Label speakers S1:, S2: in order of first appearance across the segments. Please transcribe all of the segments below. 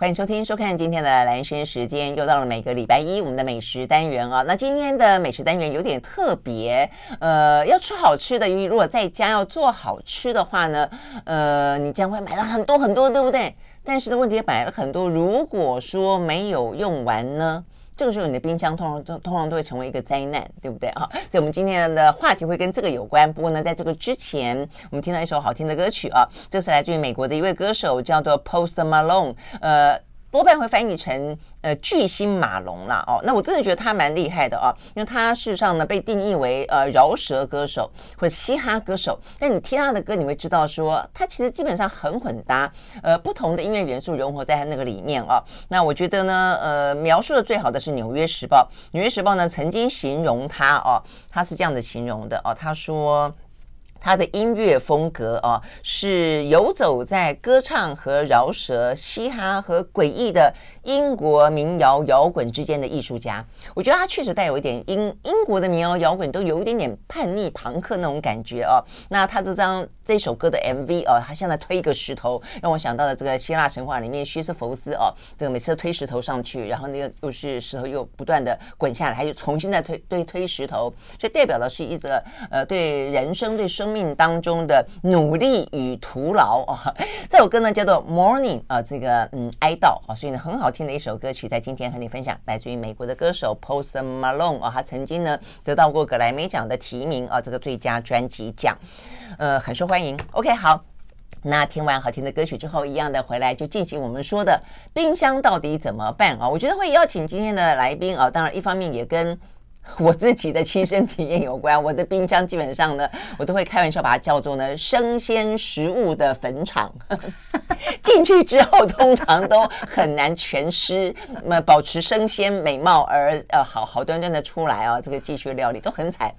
S1: 欢迎收听、收看今天的蓝轩时间，又到了每个礼拜一我们的美食单元啊。那今天的美食单元有点特别，呃，要吃好吃的，因为如果在家要做好吃的话呢，呃，你将会买了很多很多，对不对？但是的问题也买了很多，如果说没有用完呢？这个时候你的冰箱通常都通常都会成为一个灾难，对不对啊？所以我们今天的话题会跟这个有关。不过呢，在这个之前，我们听到一首好听的歌曲啊，这是来自于美国的一位歌手，叫做 Post Malone，呃。多半会翻译成呃巨星马龙啦哦，那我真的觉得他蛮厉害的哦，因为他事实上呢被定义为呃饶舌歌手或嘻哈歌手，但你听他的歌，你会知道说他其实基本上很混搭，呃不同的音乐元素融合在他那个里面哦。那我觉得呢，呃描述的最好的是《纽约时报》，《纽约时报呢》曾经形容他哦，他是这样子形容的哦，他说。他的音乐风格啊，是游走在歌唱和饶舌、嘻哈和诡异的英国民谣摇滚之间的艺术家。我觉得他确实带有一点英英国的民谣摇滚，都有一点点叛逆朋克那种感觉啊。那他这张这首歌的 MV 啊，他像在推一个石头，让我想到了这个希腊神话里面薛斯佛斯啊，这个每次推石头上去，然后那个又是石头又不断的滚下来，他就重新再推推推石头，所以代表的是一个呃对人生对生。生命当中的努力与徒劳啊！ 这首歌呢叫做《Morning》啊，这个嗯哀悼啊，所以呢很好听的一首歌曲，在今天和你分享，来自于美国的歌手 Post Malone 啊，他曾经呢得到过格莱美奖的提名啊，这个最佳专辑奖，呃很受欢迎。OK，好。那听完好听的歌曲之后，一样的回来就进行我们说的冰箱到底怎么办啊？我觉得会邀请今天的来宾啊，当然一方面也跟。 我自己的亲身体验有关，我的冰箱基本上呢，我都会开玩笑把它叫做呢生鲜食物的坟场。 进去之后，通常都很难全湿，那、么保持生鲜美貌而呃好好端端的出来啊，这个继续料理都很惨。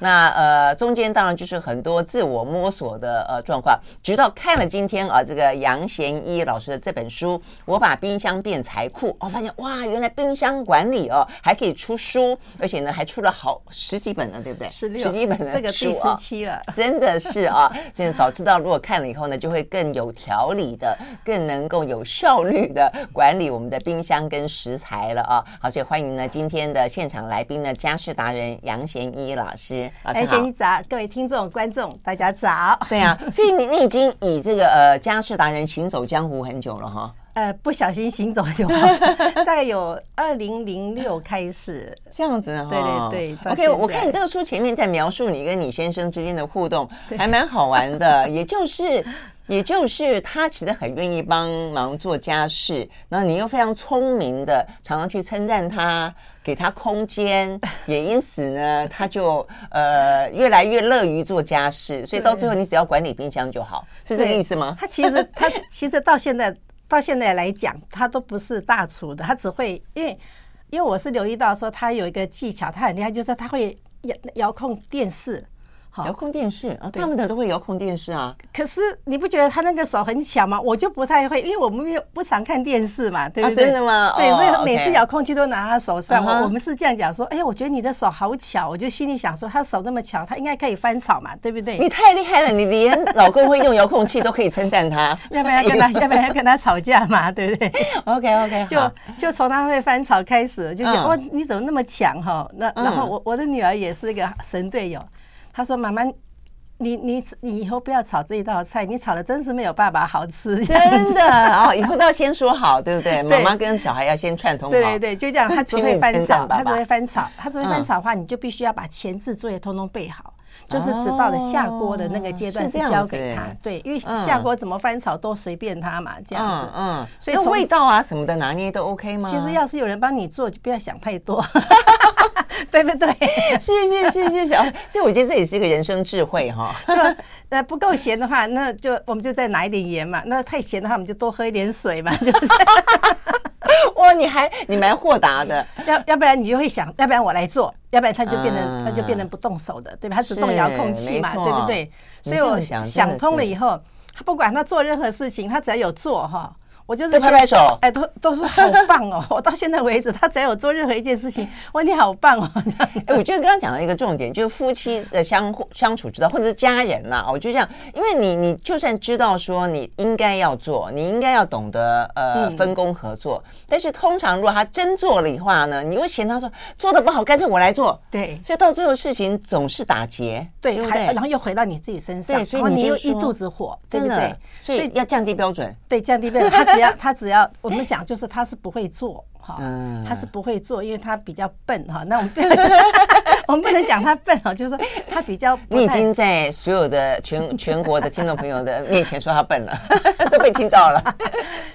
S1: 那呃中间当然就是很多自我摸索的呃状况，直到看了今天啊这个杨贤一老师的这本书，我把冰箱变财库，我、哦、发现哇，原来冰箱管理哦还可以出书，而且呢还出了好十几本呢，对不对？
S2: 十
S1: 十几本的
S2: 这个
S1: 书
S2: 第
S1: 啊
S2: 十。期了。
S1: 真的是啊，所以早知道如果看了以后呢，就会更有条理的，更能够有效率的管理我们的冰箱跟食材了啊。好，所以欢迎呢今天的现场来宾呢，家事达人杨贤一老师，老师
S2: 而且
S1: 好
S2: 一。早，各位听众、观众，大家早。
S1: 对啊，所以你你已经以这个呃家事达人行走江湖很久了哈，
S2: 呃，不小心行走 就好了，大概有二零零六开始。
S1: 这样子哈，
S2: 对对对到
S1: OK，
S2: 现
S1: 我
S2: 在
S1: 看你这个书前面在描述你跟你先生之间的互动，
S2: 对
S1: 还蛮好玩的。也就是，也就是他其实很愿意帮忙做家事，然后你又非常聪明的，常常去称赞他，给他空间，也因此呢，他就呃越来越乐于做家事。所以到最后，你只要管理冰箱就好，是这个
S2: 对
S1: 意思吗？
S2: 他其实，他 其实到现在，到现在来讲，他都不是大厨的，他只会因为，因为我是留意到说他有一个技巧，他很厉害，就是他会遥遥控电视。好
S1: 遥控电视啊，大部分的都会遥控电视啊。
S2: 可是你不觉得他那个手很巧吗？我就不太会，因为我们没有不常看电视嘛，对不对？
S1: 啊真的吗
S2: 对，
S1: 哦
S2: 所以每次
S1: OK
S2: 遥控器都拿他手上。
S1: 嗯哼
S2: 我我们是这样讲说，哎呀，我觉得你的手好巧，我就心里想说，他手那么巧，他应该可以翻炒嘛，对不对
S1: 你？太厉害了，你连老公会用遥控器都可以称赞 他，
S2: 要不然要跟 他，要不然要跟他吵架嘛， 对不对？
S1: OK OK，
S2: 就就从他会翻炒开始，就觉得
S1: 嗯
S2: 哇、你怎么那么强哈？那
S1: 嗯
S2: 然后我我的女儿也是一个神队友，她说妈妈。你你你以后不要炒这一道菜，你炒的真是没有爸爸好吃。
S1: 真的哦，以后都要先说好，对不对？妈
S2: 对
S1: 妈跟小孩要先串哦通好。
S2: 对对对，就这样， 他只
S1: 拼命
S2: 会翻
S1: 称赞
S2: 炒，
S1: 爸
S2: 他只
S1: 爸
S2: 会翻炒，他只会翻
S1: 嗯
S2: 炒的话，你就必须要把前置作业通通备好，就是只到了下锅的那个阶段
S1: 哦是这
S2: 是
S1: 样
S2: 交给
S1: 子
S2: 他。对，因为
S1: 嗯
S2: 下锅怎么翻炒都随便他嘛，这样子
S1: 嗯。嗯，所
S2: 所
S1: 以
S2: 以从
S1: 味道啊什么的拿捏都 OK 吗？
S2: 其实要是有人帮你做，就不要想太多，
S1: 嗯
S2: 对不对？
S1: 是是是是是，哦所以我觉得这也是一个人生智慧 哈。
S2: 就呃不够咸的话，那就我们就再拿一点盐嘛。那太咸的话，我们就多喝一点水嘛。就是
S1: 哇，你还你蛮豁达的，
S2: 要要不然你就会想，要不然我来做，要不然他就变成
S1: 嗯
S2: 他就变成不动手的，对吧？他只动
S1: 是
S2: 遥控器嘛，
S1: 没错
S2: 对不对？
S1: 你
S2: 所以
S1: 这么
S2: 我
S1: 想真的
S2: 想通了
S1: 是
S2: 以后，他不管他做任何事情，他只要有做哈。我就是
S1: 对拍拍手
S2: 哎，都都说好棒哦！ 我到现在为止，他只要我做任何一件事情，哇，你好棒哦！ 这样子
S1: 哎、我觉得刚刚讲到一个重点，就是夫妻的相互相处之道，或者是家人啦。哦我就这样，因为你你就算知道说你应该要做，你应该要懂得呃
S2: 嗯
S1: 分工合作，但是通常如果他真做了的话呢，你会嫌他说做的不好，干脆我来做。
S2: 对
S1: 所以到最后事情总是打结，
S2: 对，
S1: 对不
S2: 还
S1: 对
S2: 然？后又回到你自己身上，
S1: 对所以
S2: 然后
S1: 你
S2: 你
S1: 就
S2: 又
S1: 说
S2: 一肚子火，对
S1: 真
S2: 不对
S1: 的？，所以要降低标准。
S2: 对降低标准，他 只要他只要我们想就是他是不会做哈
S1: 嗯，
S2: 他是不会做，因为他比较笨哈。那我们不要 我们不能讲他笨哈，就是说他比较不
S1: 你已
S2: 太
S1: 经在所有的全全国的听众朋友的面前说他笨了， 都被听到 了。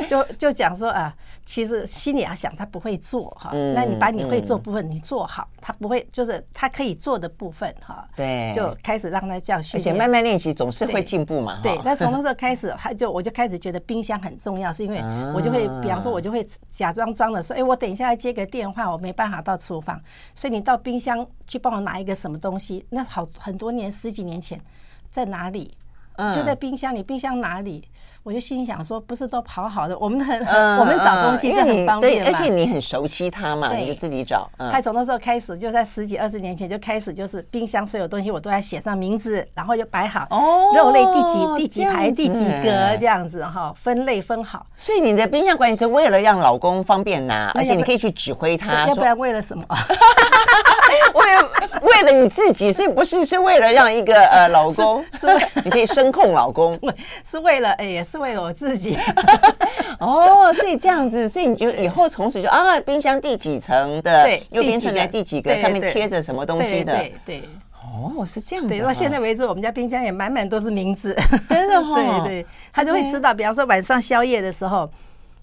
S2: 就就讲说啊，其实心里要啊想他不会做哈，
S1: 嗯
S2: 那你把你会做部分你做好，他不会就是他可以做的部分哈，
S1: 对，
S2: 就开始让他这样
S1: 哎
S2: 训
S1: 而且
S2: 练。
S1: 慢慢练习总是会
S2: 对
S1: 进步嘛。
S2: 对
S1: 哈，
S2: 那从那 时候开始，他就我就开始觉得冰箱很重要，是因为
S1: 啊
S2: 我就会，比方说，我就会假装装的说，哎，我等一下要接个电话，我没办法到厨房，所以你到冰箱去帮我拿一个什么东西。那好，很多年，十几年前，在哪里？
S1: 嗯
S2: 就在冰箱里，冰箱哪里？我就心里想说，不是都跑好的，我们很、
S1: 嗯
S2: 我们找东西
S1: 嗯
S2: 就
S1: 因为
S2: 很
S1: 你
S2: 方
S1: 对，
S2: 便嘛。
S1: 而且你很熟悉它嘛，
S2: 对
S1: 你就自己找。嗯
S2: 他从那时候开始，就在十几二十年前就开始，就是冰箱所有东西我都要写上名字，然后就摆好
S1: 哦
S2: 肉类第几第几
S1: 这样
S2: 排
S1: 子
S2: 第几格这样子哈，分类分好，
S1: 哦所以你的冰箱管理是为了让老公方便拿，而
S2: 那要不
S1: 且你可以去指挥他
S2: 要不
S1: 说，
S2: 然为了什么？
S1: 为了为了你自己，所以不是是为了让一个呃老公，你可以声控老 公
S2: 是为了哎，也是为了我自己。
S1: 哦，所以这样子，所以你就以后从此就啊，冰箱第几层的
S2: 对，
S1: 右边
S2: 第几
S1: 存在
S2: 个
S1: 第几
S2: 对
S1: 个，
S2: 对
S1: 上面
S2: 对
S1: 贴着什么 东西
S2: 对
S1: 的
S2: 对，对
S1: 哦，是这样子哈。
S2: 对，到现在为止，我们家冰箱也满满都是名字。
S1: 真 的哈，
S2: 对对，他就会知道，比方说晚上宵夜的时候，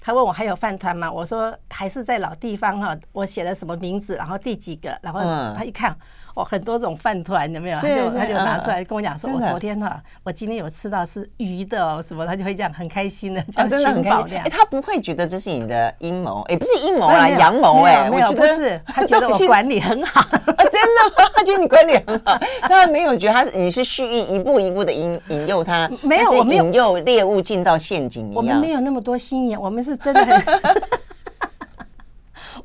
S2: 他问我还有饭团吗？我说还是在老地方哈、我写了什么名字，然后第几个，然后
S1: 嗯
S2: 他一看，哦，很多种饭团，有没有？他
S1: 是
S2: 就是他就拿出
S1: 嗯
S2: 来跟我讲说，
S1: 真
S2: 我
S1: 的
S2: 昨天哈、我今天有吃到是鱼的哦，什么，他就会这样很开心的这
S1: 啊，
S2: 样
S1: 真的很
S2: 寻
S1: 开
S2: 宝
S1: 心
S2: 这。样
S1: 哎，。他不会觉得这是你的阴谋，也不是阴谋啦，
S2: 没有
S1: 阳谋
S2: 没有
S1: 哎，
S2: 没
S1: 我
S2: 有
S1: 觉
S2: 不
S1: 得
S2: 是，他觉得
S1: 东
S2: 我
S1: 西
S2: 管理很好，
S1: 啊，真的吗？他 觉得你管理很好，所以他没有觉得他是你是蓄意一步一步的引引诱他，
S2: 没有
S1: 但是
S2: 我没有
S1: 引诱猎物进到陷阱一
S2: 我们
S1: 样
S2: 没。有那么多心眼，我们是真的很，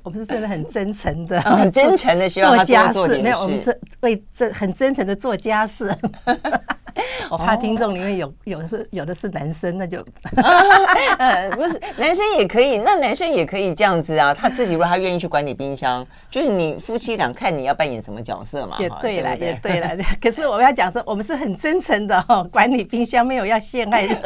S2: 我们是真的很真诚的，
S1: 啊 很真诚的希望他
S2: 做
S1: 多
S2: 家
S1: 做
S2: 事，
S1: 点
S2: 没有，我们
S1: 事
S2: 这为这很真诚的做家事。我怕听众里面
S1: 哦
S2: 有有是有的是男生，那就
S1: 呃，不是，男生也可以，那男生也可以这样子啊。他自己如果他愿意去管理冰箱，就是你夫妻俩看你要扮演什么角色嘛。
S2: 也
S1: 哈
S2: 对了，
S1: 不
S2: 也对了。 可是我要讲说，我们是很真诚的哦，管理冰箱没有要陷害人，
S1: 不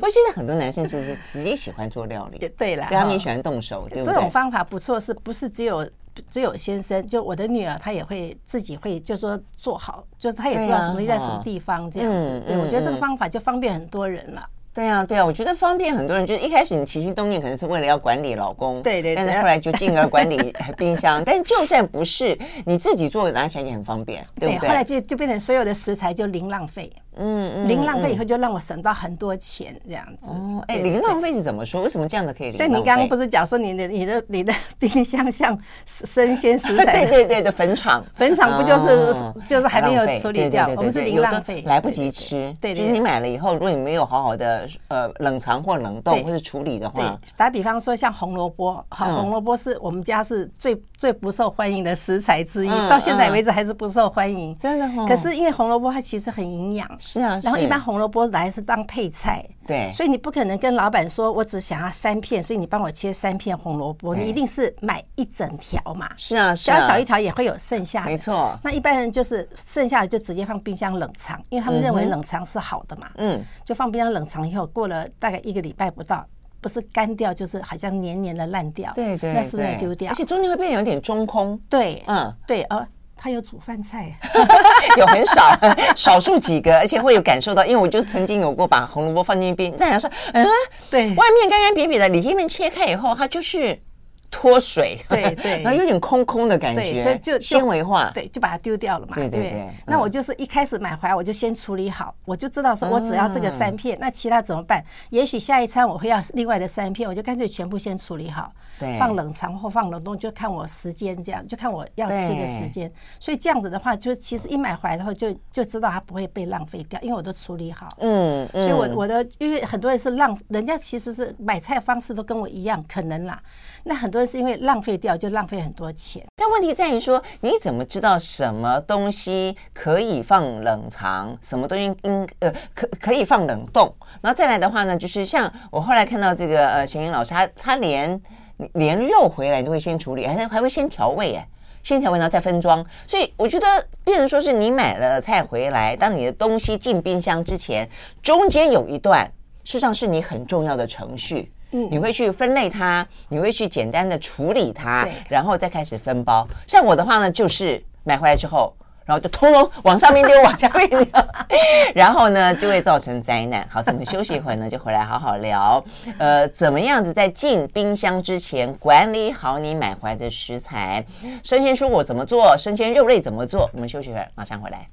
S1: 过现在很多男生其实直接喜欢做料理，
S2: 也
S1: 对
S2: 对了。
S1: 他们也
S2: 哦
S1: 喜欢动手，对不
S2: 这种
S1: 对？
S2: 方法不错，是不是只有只有先生？就我的女儿，她也会自己会，就说做好，就是她也知
S1: 对
S2: 道
S1: 啊
S2: 什么地在什么地方这样子
S1: 嗯。
S2: 对，
S1: 嗯
S2: 我觉得这个
S1: 嗯
S2: 方法就方便很多人了。
S1: 对啊，对啊，我觉得方便很多人，就是一开始你起心动念可能是为了要管理老公，
S2: 对对对
S1: 但是后来就进而管理 冰箱。但就算不是，你自己做拿起来也很方便，对不
S2: 后
S1: 对？
S2: 来就就变成所有的食材就零浪费，
S1: 嗯嗯
S2: 零浪费以后就让我省到很多钱这样子。
S1: 哦，哎，
S2: 对
S1: 零浪费是怎么说？为什么这样的可以零
S2: 所
S1: 浪
S2: 以
S1: 费？
S2: 你刚刚不是讲说你的你的你的冰箱像生鲜食
S1: 对
S2: 材，
S1: 对对的坟场，
S2: 坟场不就是
S1: 哦
S2: 就是 还没有
S1: 浪费
S2: 处理
S1: 对对
S2: 掉
S1: 对对
S2: 我们是
S1: 对
S2: 零
S1: 有的
S2: 浪费
S1: 来不及吃。
S2: 对对对
S1: 就是你买了以后，如果你没有好好的呃冷藏或冷冻
S2: 对
S1: 或者处理的
S2: 对
S1: 话，，
S2: 打比方说像红萝卜，好，
S1: 嗯
S2: 红萝卜是我们家是最最不受欢迎的食材之一，
S1: 嗯
S2: 到现在
S1: 嗯
S2: 为止还是不受欢迎。
S1: 真的哦
S2: 可是因为红萝卜它其实很营养，
S1: 是啊，
S2: 然后
S1: 是
S2: 一般红萝卜来是当配菜，
S1: 对
S2: 所以你不可能跟老板说我只想要三片，所以你帮我切三片红萝卜，
S1: 对
S2: 你一定是买一整条嘛，
S1: 是啊是
S2: 小
S1: 啊，
S2: 小一条也会有剩下
S1: 没
S2: 的。
S1: 错，
S2: 那一般人就是剩下的就直接放冰箱冷藏，因为他们认为冷藏是好的嘛。
S1: 嗯。
S2: 就放冰箱冷藏以后，过了大概一个礼拜不到，不是干掉就是好像黏黏的烂掉，
S1: 对对，
S2: 那是不是
S1: 对
S2: 丢掉
S1: 而？且中间会变得有点中空，
S2: 对，
S1: 嗯，
S2: 对，哦，他有煮饭菜，
S1: 有很少 少数几个，而且会有感受到，因为我就曾经有过把红萝卜放进冰，再来说，嗯，
S2: 对
S1: 外面干干瘪瘪的，里面切开以后，它就是脱水，
S2: 对对
S1: 然后有点空空的感
S2: 对
S1: 觉，
S2: 所以就就
S1: 纤维化，
S2: 对，就把它丢掉了嘛。
S1: 对对
S2: 不
S1: 对
S2: 那
S1: 嗯
S2: 我就是一开始买回来，我就先处理好，我就知道说我只要这个三片，
S1: 嗯
S2: 那其他怎么办？也许下一餐我会要另外的三片，我就干脆全部先处理好，
S1: 对
S2: 放冷藏或放冷冻，就看我时间这样，就看我要吃的时间。所以这样子的话，就其实一买回来的话，就就知道它不会被浪费掉，因为我都处理好。
S1: 嗯嗯，
S2: 所以我，我的因为很多人是浪，人家其实是买菜方式都跟我一样，可能啦。那很多人是因为浪费掉，就浪费很多钱。
S1: 但问题在于说，你怎么知道什么东西可以放冷藏，什么东西应呃可可以放冷冻？然后再来的话呢，就是像我后来看到这个呃贤英老师，他他连连肉回来都会先处理，还还会先调味哎。先调味，然后再分装，所以我觉得变成说是你买了菜回来，当你的东西进冰箱之前，中间有一段，事实上是你很重要的程序，嗯，你会去分类它，你会去简单的处理它
S2: 对，
S1: 然后再开始分包。像我的话呢，就是买回来之后，然后就通通往上面丢，往下面丢， 然后呢就会造成灾难。好，所以我们休息一会儿呢，就回来好好聊。呃，怎么样子在进冰箱之前管理好你买回来的食材？生鲜蔬果怎么做？生鲜肉类怎么做？我们休息一会儿，马上回来。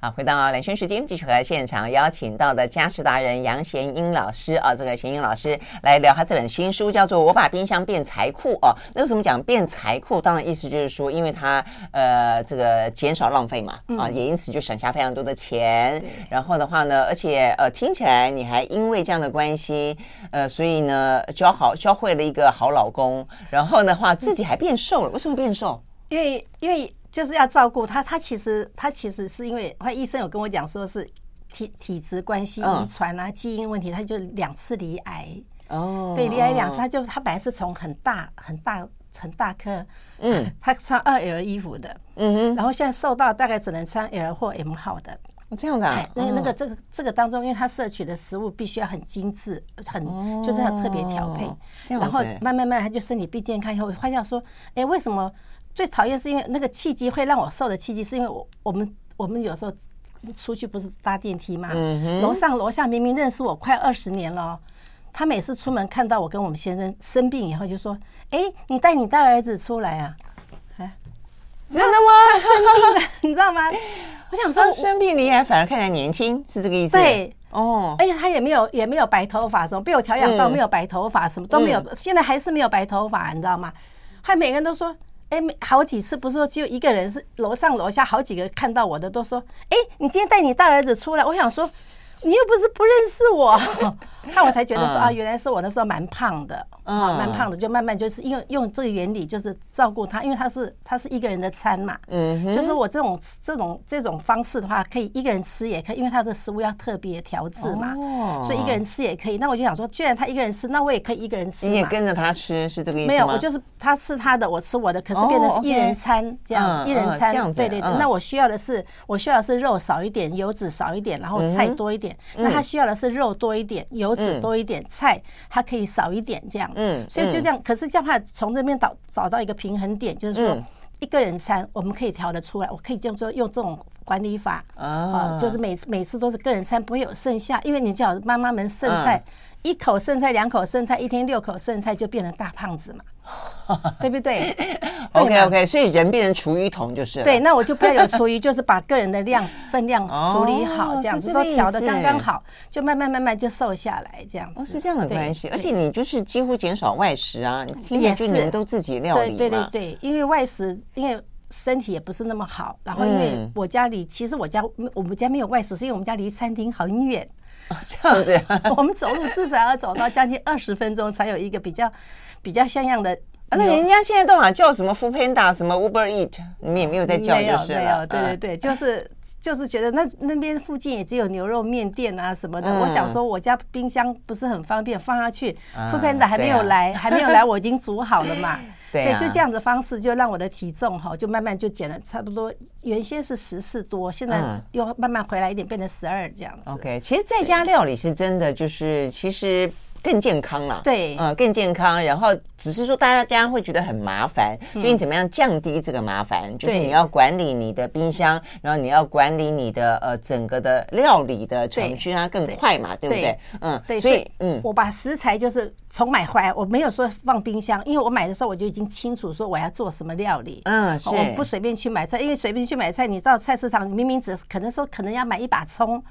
S1: 好，回到蓝轩时间，继续回来现场邀请到的家事达人杨贤英老师啊，这个贤英老师来聊他这本新书，叫做《我把冰箱变财库》哦。那为什么讲变财库？当然意思就是说，因为它呃这个减少浪费嘛，
S2: 嗯
S1: 啊，也因此就省下非常多的钱。然后的话呢，而且呃听起来你还因为这样的关系，呃，所以呢交好教会了一个好老公，然后的话自己还变瘦了。为什么变瘦？
S2: 因为因为就是要照顾他，他其实他其实是因为他医生有跟我讲说是体体质关系、
S1: 嗯
S2: 遗传啊、基因问题，他就两次罹癌，
S1: 哦
S2: 对，罹癌两次，他就他本来是从很大很大很大颗，
S1: 嗯，
S2: 他穿二 L 衣服的，
S1: 嗯
S2: 然后现在瘦到大概只能穿 L 或 M 号的，
S1: 哼，这样子啊
S2: 哎，，那个那个这个这个当中，因为他摄取的食物必须要很精致，很就是要特别调配
S1: 哦，这样
S2: 然后
S1: 子
S2: 慢慢慢慢他就身体变健康以后，发现说，哎，为什么最讨厌是因为那个契机会让我瘦的契机，是因为我我们我们有时候出去不是搭电梯嘛，楼上楼下明明认识我快二十年了哦。他每次出门看到我跟我们先生生病以后，就说：“哎，你带你大儿子出来啊
S1: 真的吗？？”
S2: 你知道吗？我想说
S1: 生，生病离癌反而看起来年轻，是这个意思？
S2: 对，
S1: 哦，
S2: 而且他也没有也没有白头发，什么被我调养到
S1: 嗯
S2: 没有白头发，什么都没有，现在还是没有白头发，你知道吗？还每个人都说，哎、每好几次不是说只有一个人是楼上楼下好几个看到我的都说，哎、你今天带你大儿子出来，我想说。你又不是不认 识我，那我才觉得说
S1: 嗯
S2: 啊，原来是我那时候蛮胖的，啊，蛮胖的，就慢慢就是因为用这个原理就是照顾他，因为他是他是一个人的餐嘛，
S1: 嗯哼，
S2: 就是我这种这种这种方式的话，可以一个人吃也可以，因为他的食物要特别调制嘛，
S1: 哦
S2: 所以一个人吃也可以。那我就想说，既然他一个人吃，那我也可以一个人吃
S1: 你也
S2: 嘛。
S1: 跟着他吃，是这个意思吗？
S2: 没有，我就是他吃他的，我吃我的，可是
S1: 哦
S2: 变成是
S1: OK
S2: 一人餐这样，
S1: 嗯
S2: 一人
S1: 嗯
S2: 餐
S1: 这样，子
S2: 对对对
S1: 嗯。
S2: 那我需要的是，我需要的是肉少一点，油脂少一点，然后
S1: 嗯
S2: 菜多一点。那他需要的是肉多一点，油脂多一点，菜它可以少一点这样。
S1: 嗯
S2: 所以就这样，可是这样的话，从这边找找到一个平衡点，就是说
S1: 嗯
S2: 一个人餐我们可以调得出来，我可以就是说用这种管理法
S1: 啊
S2: 啊，就是每次每次都是个人餐，不会有剩下，因为你知道妈妈们剩菜。
S1: 嗯
S2: 一口剩菜，两口剩菜，一天六口剩菜，就变成大 胖子嘛，对不对？
S1: 哦 OK
S2: 嘛
S1: OK，所以人变成厨余桶就是了
S2: 对，那我就不要有厨余，就是把个人的量分量处理好，
S1: 哦
S2: 这样
S1: 是
S2: 子
S1: 这个
S2: 都调的
S1: 意思
S2: 刚刚好，就慢慢慢慢就瘦下来，这样
S1: 哦，
S2: 子
S1: 是这样的
S2: 对
S1: 关系，
S2: 对
S1: 而且你就是几乎减少外食啊，你听起来
S2: 也
S1: 就是你们都自己料理嘛，
S2: 对对对对，因为外食，因为身体也不是那么好，然后因为
S1: 嗯
S2: 我家里、其实我家我们家没有外食，是因为我们家离餐厅很远，
S1: 哦这样子。 啊
S2: 我们走路至少要走到将近二十分钟才有一个比较比较像样的
S1: 啊那人家现在都好像叫什么 Food Panda，什么 Uber Eat，你们也没有在叫
S2: 没有
S1: 就是
S2: 没
S1: 了。啊
S2: 有，对对对， 就是。就是觉得那那边附近也只有牛肉面店啊什么的，
S1: 嗯
S2: 我想说我家冰箱不是很方便放下去，
S1: 啊
S2: 副班长还没有
S1: 对啊
S2: 来， 还没有来，我已经煮好了 嘛。
S1: 对啊
S2: 就这样的方式就让我的体重哈就慢慢就减了，差不多原先是十四多，现在
S1: 嗯
S2: 又慢慢回来一点，变成十二这样子。
S1: OK，其实在家料理是真的，就是其实更健康啦，
S2: 对
S1: 嗯，更健康。然后只是说大家大家会觉得很麻烦，所以你怎么样降低这个麻烦？就是
S2: 嗯对
S1: 你要管理你的冰箱，然后你要管理你的呃整个的料理的程
S2: 对
S1: 序，让它更快嘛，对不对
S2: 对？
S1: 嗯，
S2: 对，
S1: 所以 嗯，
S2: 我把食材就是从买回来，我没有说放冰箱，因为我买的时候我就已经清楚说我要做什么料理。
S1: 嗯
S2: 哦
S1: 是，
S2: 我不随便去买菜，因为随便去买菜，你到菜市场，你明明只可能说可能要买一把葱，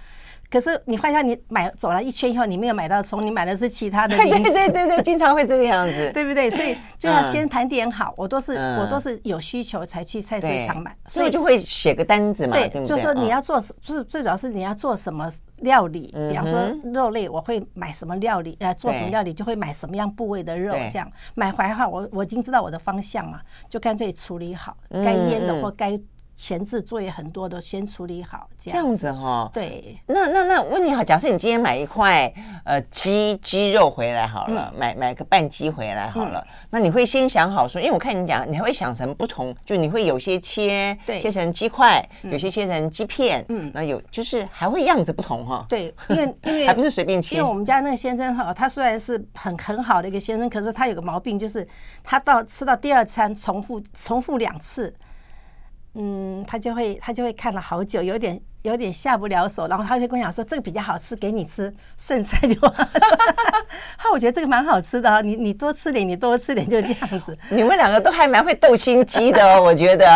S2: 可是你发现你买走了一圈以后，你没有买到葱，你买的是其他的
S1: 对
S2: 零食，
S1: 对对对对，经常会这个样子。
S2: 对不对？所以就要
S1: 嗯
S2: 先盘点好，我都是
S1: 嗯
S2: 我都是有需求才去菜
S1: 对，
S2: 市场买，
S1: 所以就会写个单子嘛，对不对？
S2: 就是说你
S1: 嗯
S2: 要做，就是最主要是你要做什么料理，比方说
S1: 嗯
S2: 肉类，我会买什么料理，呃，做什么
S1: 对
S2: 料理就会买什么样部位的肉
S1: 对，
S2: 这样买回来的话，我我已经知道我的方向嘛，就干脆处理好，该腌
S1: 嗯
S2: 的或该前置作业很多的先处理好，这
S1: 这
S2: 样
S1: 样子哈。
S2: 对。
S1: 那那那，问你好，假设你今天买一块呃鸡鸡肉回来好了，
S2: 嗯
S1: 买买个半鸡回来好了，那你会先想好说，因为我看你讲，你还会想成不同，就你会有些切
S2: 对嗯
S1: 切成鸡块，有些切成鸡片，嗯，那有就是还会样子不同哈，
S2: 对，因为因为
S1: 还不是随便
S2: 因
S1: 切
S2: 为我们家那个先生哈，他虽然是很很好的一个先生，可是他有个毛病，就是他到吃到第二餐重复重复两次，嗯，他就会他就会看了好久，有点有点下不了手，然后他就跟我讲说这个比较好吃，给你吃，剩菜就。 哈，我觉得这个蛮好吃的啊，你你多吃点，你多吃点，就这样子。
S1: 你们两个都还蛮会斗心机的哦，我觉 得。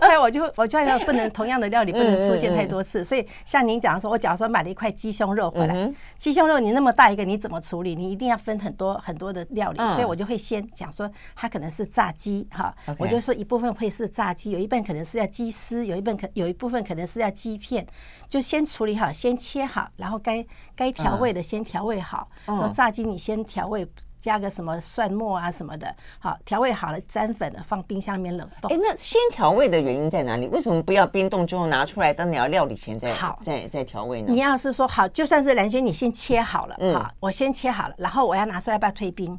S2: 后来我就我就要不能同样的料理不能出
S1: 嗯
S2: 现太多次，所以像您讲说，我假如说买了一块鸡胸肉回
S1: 嗯
S2: 来，鸡胸肉你那么大一个，你怎么处理？你一定要分很多很多的料理，
S1: 嗯
S2: 所以我就会先讲说它可能是炸鸡哈
S1: OK，
S2: 我就说一部分会是炸鸡，有一半可能是要鸡丝，有一半可有一部分可能是要鸡片，就先处理好，先切好，然后该该调味的先调味好，
S1: 嗯
S2: 然后炸鸡你先调味。加个什么蒜末啊什么的，好调味好了，沾粉了，放冰箱里面冷冻
S1: 哎。，那先调味的原因在哪里？为什么不要冰冻之后拿出来，当你要料理前再
S2: 好
S1: 再再调味呢
S2: 你？要是说好，就算是蓝轩，你先切好了，
S1: 嗯
S2: 好，我先切好了，然后我要拿出来，要不要退冰？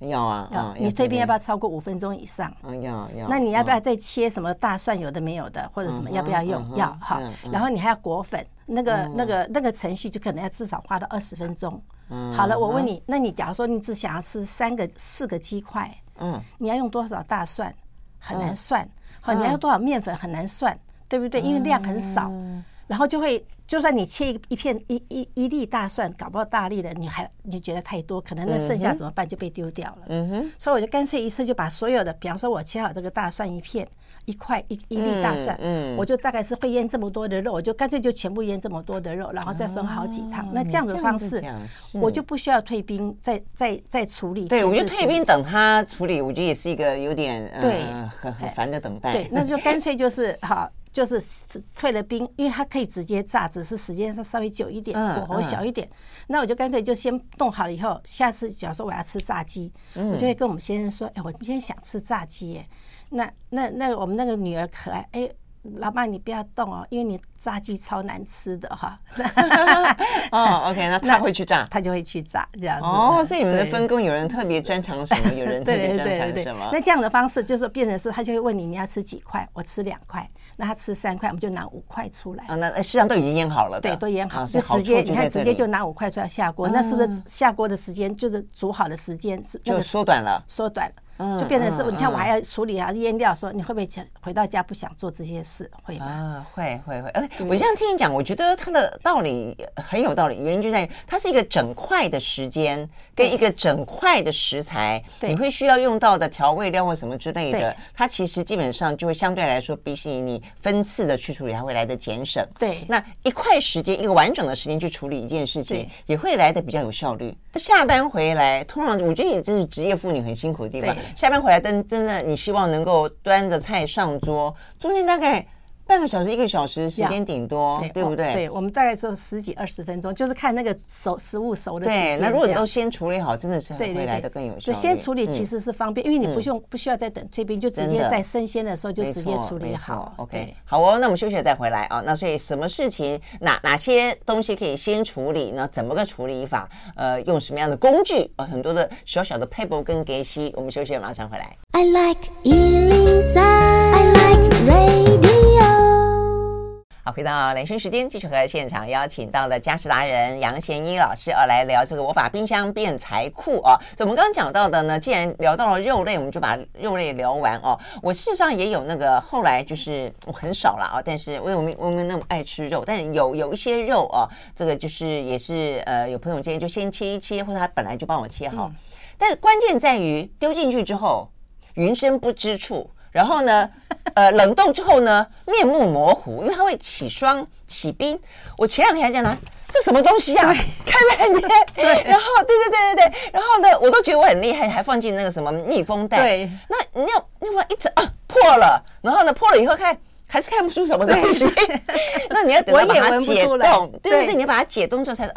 S1: 要啊，啊
S2: 你退冰要不
S1: 要？
S2: 要超过五分钟以上？
S1: 啊，要要。
S2: 那你要不要
S1: 嗯？
S2: 再切什么大蒜，有的没有的，或者什
S1: 嗯
S2: 么
S1: 哼
S2: 要不要
S1: 嗯
S2: 用？
S1: 哼
S2: 要好
S1: 嗯，嗯
S2: 然后你还要裹粉，那个那个那个程序就可能要至少花到二十分钟。
S1: 嗯
S2: 好了，我问你，那你假如说你只想要吃三个四个鸡块，
S1: 嗯，
S2: 你要用多少大蒜，很难算。好，
S1: 嗯
S2: 你要用多少面粉，很难算，对不对？因为量很少，然后就会，就算你切一一片一一一粒大蒜，搞不好大粒的，你还你觉得太多，可能那剩
S1: 嗯
S2: 下怎么办就被丢掉了。嗯哼，所以我就干脆一次就把所有的，比方说我切好这个大蒜一片。一块一一粒大蒜，
S1: 嗯嗯
S2: 我就大概是会腌这么多的肉，我就干脆就全部腌这么多的肉，然后再分好几趟。那这样
S1: 嗯
S2: 的
S1: 这样
S2: 方
S1: 子
S2: 式
S1: 讲，是
S2: 我就不需要退冰，再再再处理。
S1: 对，我觉
S2: 亲
S1: 得
S2: 自
S1: 退
S2: 处理
S1: 冰等它处理，我觉得也是一个有点呃
S2: 对哎
S1: 很很烦的等待。
S2: 对， 那就干脆就是哈，就是退了冰，因为它可以直接炸，只是时间上稍微久一点，
S1: 嗯
S2: 火候小一点。那我就干脆就先弄好了以后，下次假如说我要吃炸鸡，
S1: 嗯
S2: 我就会跟我们先生说，哎，我今天想吃炸鸡耶。那那那我们那个女儿可爱，哎。老爸，你不要动哦，因为你炸鸡超难吃的哈，
S1: 哦，OK，那它会去炸。
S2: 他就会去炸这样子。
S1: 哦，所以你们的
S2: 对
S1: 分工，有人特别专长什么，有人特别专长什么
S2: 那。这样的方式就是变成是，他就会问你你要吃几块，我吃两块，那他吃三块，我们就拿五块出来。
S1: 啊，那呃实际上都已经腌好了的，
S2: 对，都腌好，
S1: 啊
S2: 就
S1: 所以好
S2: 直
S1: 处
S2: 接
S1: 就
S2: 你
S1: 在
S2: 看，
S1: 这里嗯
S2: 直接就拿五块出来下锅，那是不是下锅的时间就是煮好的时间是那
S1: 就
S2: 个
S1: 缩短了。
S2: 缩短
S1: 嗯
S2: 了，就变成是
S1: 嗯
S2: 你看我
S1: 嗯
S2: 还要处理还是腌料，说你会不会想回到家不想做这些事，会吗？
S1: 啊，会会会，哎，我这样听你讲，我觉得它的道理呃很有道理，原因就在于它是一个整块的时间跟一个整块的食材，
S2: 对
S1: 你会需要用到的调味料或什么之类的
S2: 对，
S1: 它其实基本上就会相对来说比起你分次的去处理，它会来的节省。
S2: 对
S1: 那一块时间一个完整的时间去处理一件事情
S2: 对，
S1: 也会来的比较有效率。下班回来，通常我觉得也这是职业妇女很辛苦的地方
S2: 对。
S1: 下班回来，真真的你希望能够端着菜上桌，中间大概半个小时、一个小时时间顶多，哦对不
S2: 我
S1: 对？
S2: 哦对我们大概就十几二十分钟，就是看那个熟食物熟的时
S1: 对，
S2: 间。
S1: 那如果你
S2: 这样
S1: 都先处理好，真的是
S2: 对
S1: 会
S2: 对
S1: 来
S2: 对，
S1: 的更有效
S2: 就
S1: 率。
S2: 先处理
S1: 嗯
S2: 其实是方便，因为你不用不需要再等退冰，就直接
S1: 真的
S2: 在生鲜的时候就
S1: 没
S2: 直接
S1: 错
S2: 处
S1: 没
S2: 理
S1: 错
S2: 好。
S1: OK，
S2: 对
S1: 好哦，那我们休息了再回来啊。那所以什么事情，哪哪些东西可以先处理呢？怎么个处理法？呃，用什么样的工具？呃，很多的小小的 paper 跟给息。我们休息了马上回来。
S3: I like Ealing Sound. I like radio.
S1: 好，好，回到蓝轩时间，继续和现场邀请到了家事达人杨贤一老师啊，来聊这个我把冰箱变财库啊。所以我们刚刚讲到的呢，既然聊到了肉类，我们就把肉类聊完哦、我事实上也有那个后来就是我很少了啊，但是因为我没我没有那么爱吃肉，但是有有一些肉啊，这个就是也是呃有朋友建议就先切一切，或者他本来就帮我切好。但是关键在于丢进去之后，云深不知处。然后呢， 呃，冷冻之后呢，面目模糊，因为它会起霜起冰。我前两天还在拿这什么东西啊，看半天。然后对对对对对，然后呢，我都觉得我很厉害，还放进那个什么密封袋。
S2: 对，
S1: 那你要那么一直啊破了，然后呢破了以后看。还是看不出什么东西， 那你要等到
S2: 我
S1: 把
S2: 也
S1: 它
S2: 闻不
S1: 解
S2: 出来
S1: 冻，对对对，
S2: 对
S1: 你把它解冻之后才哦，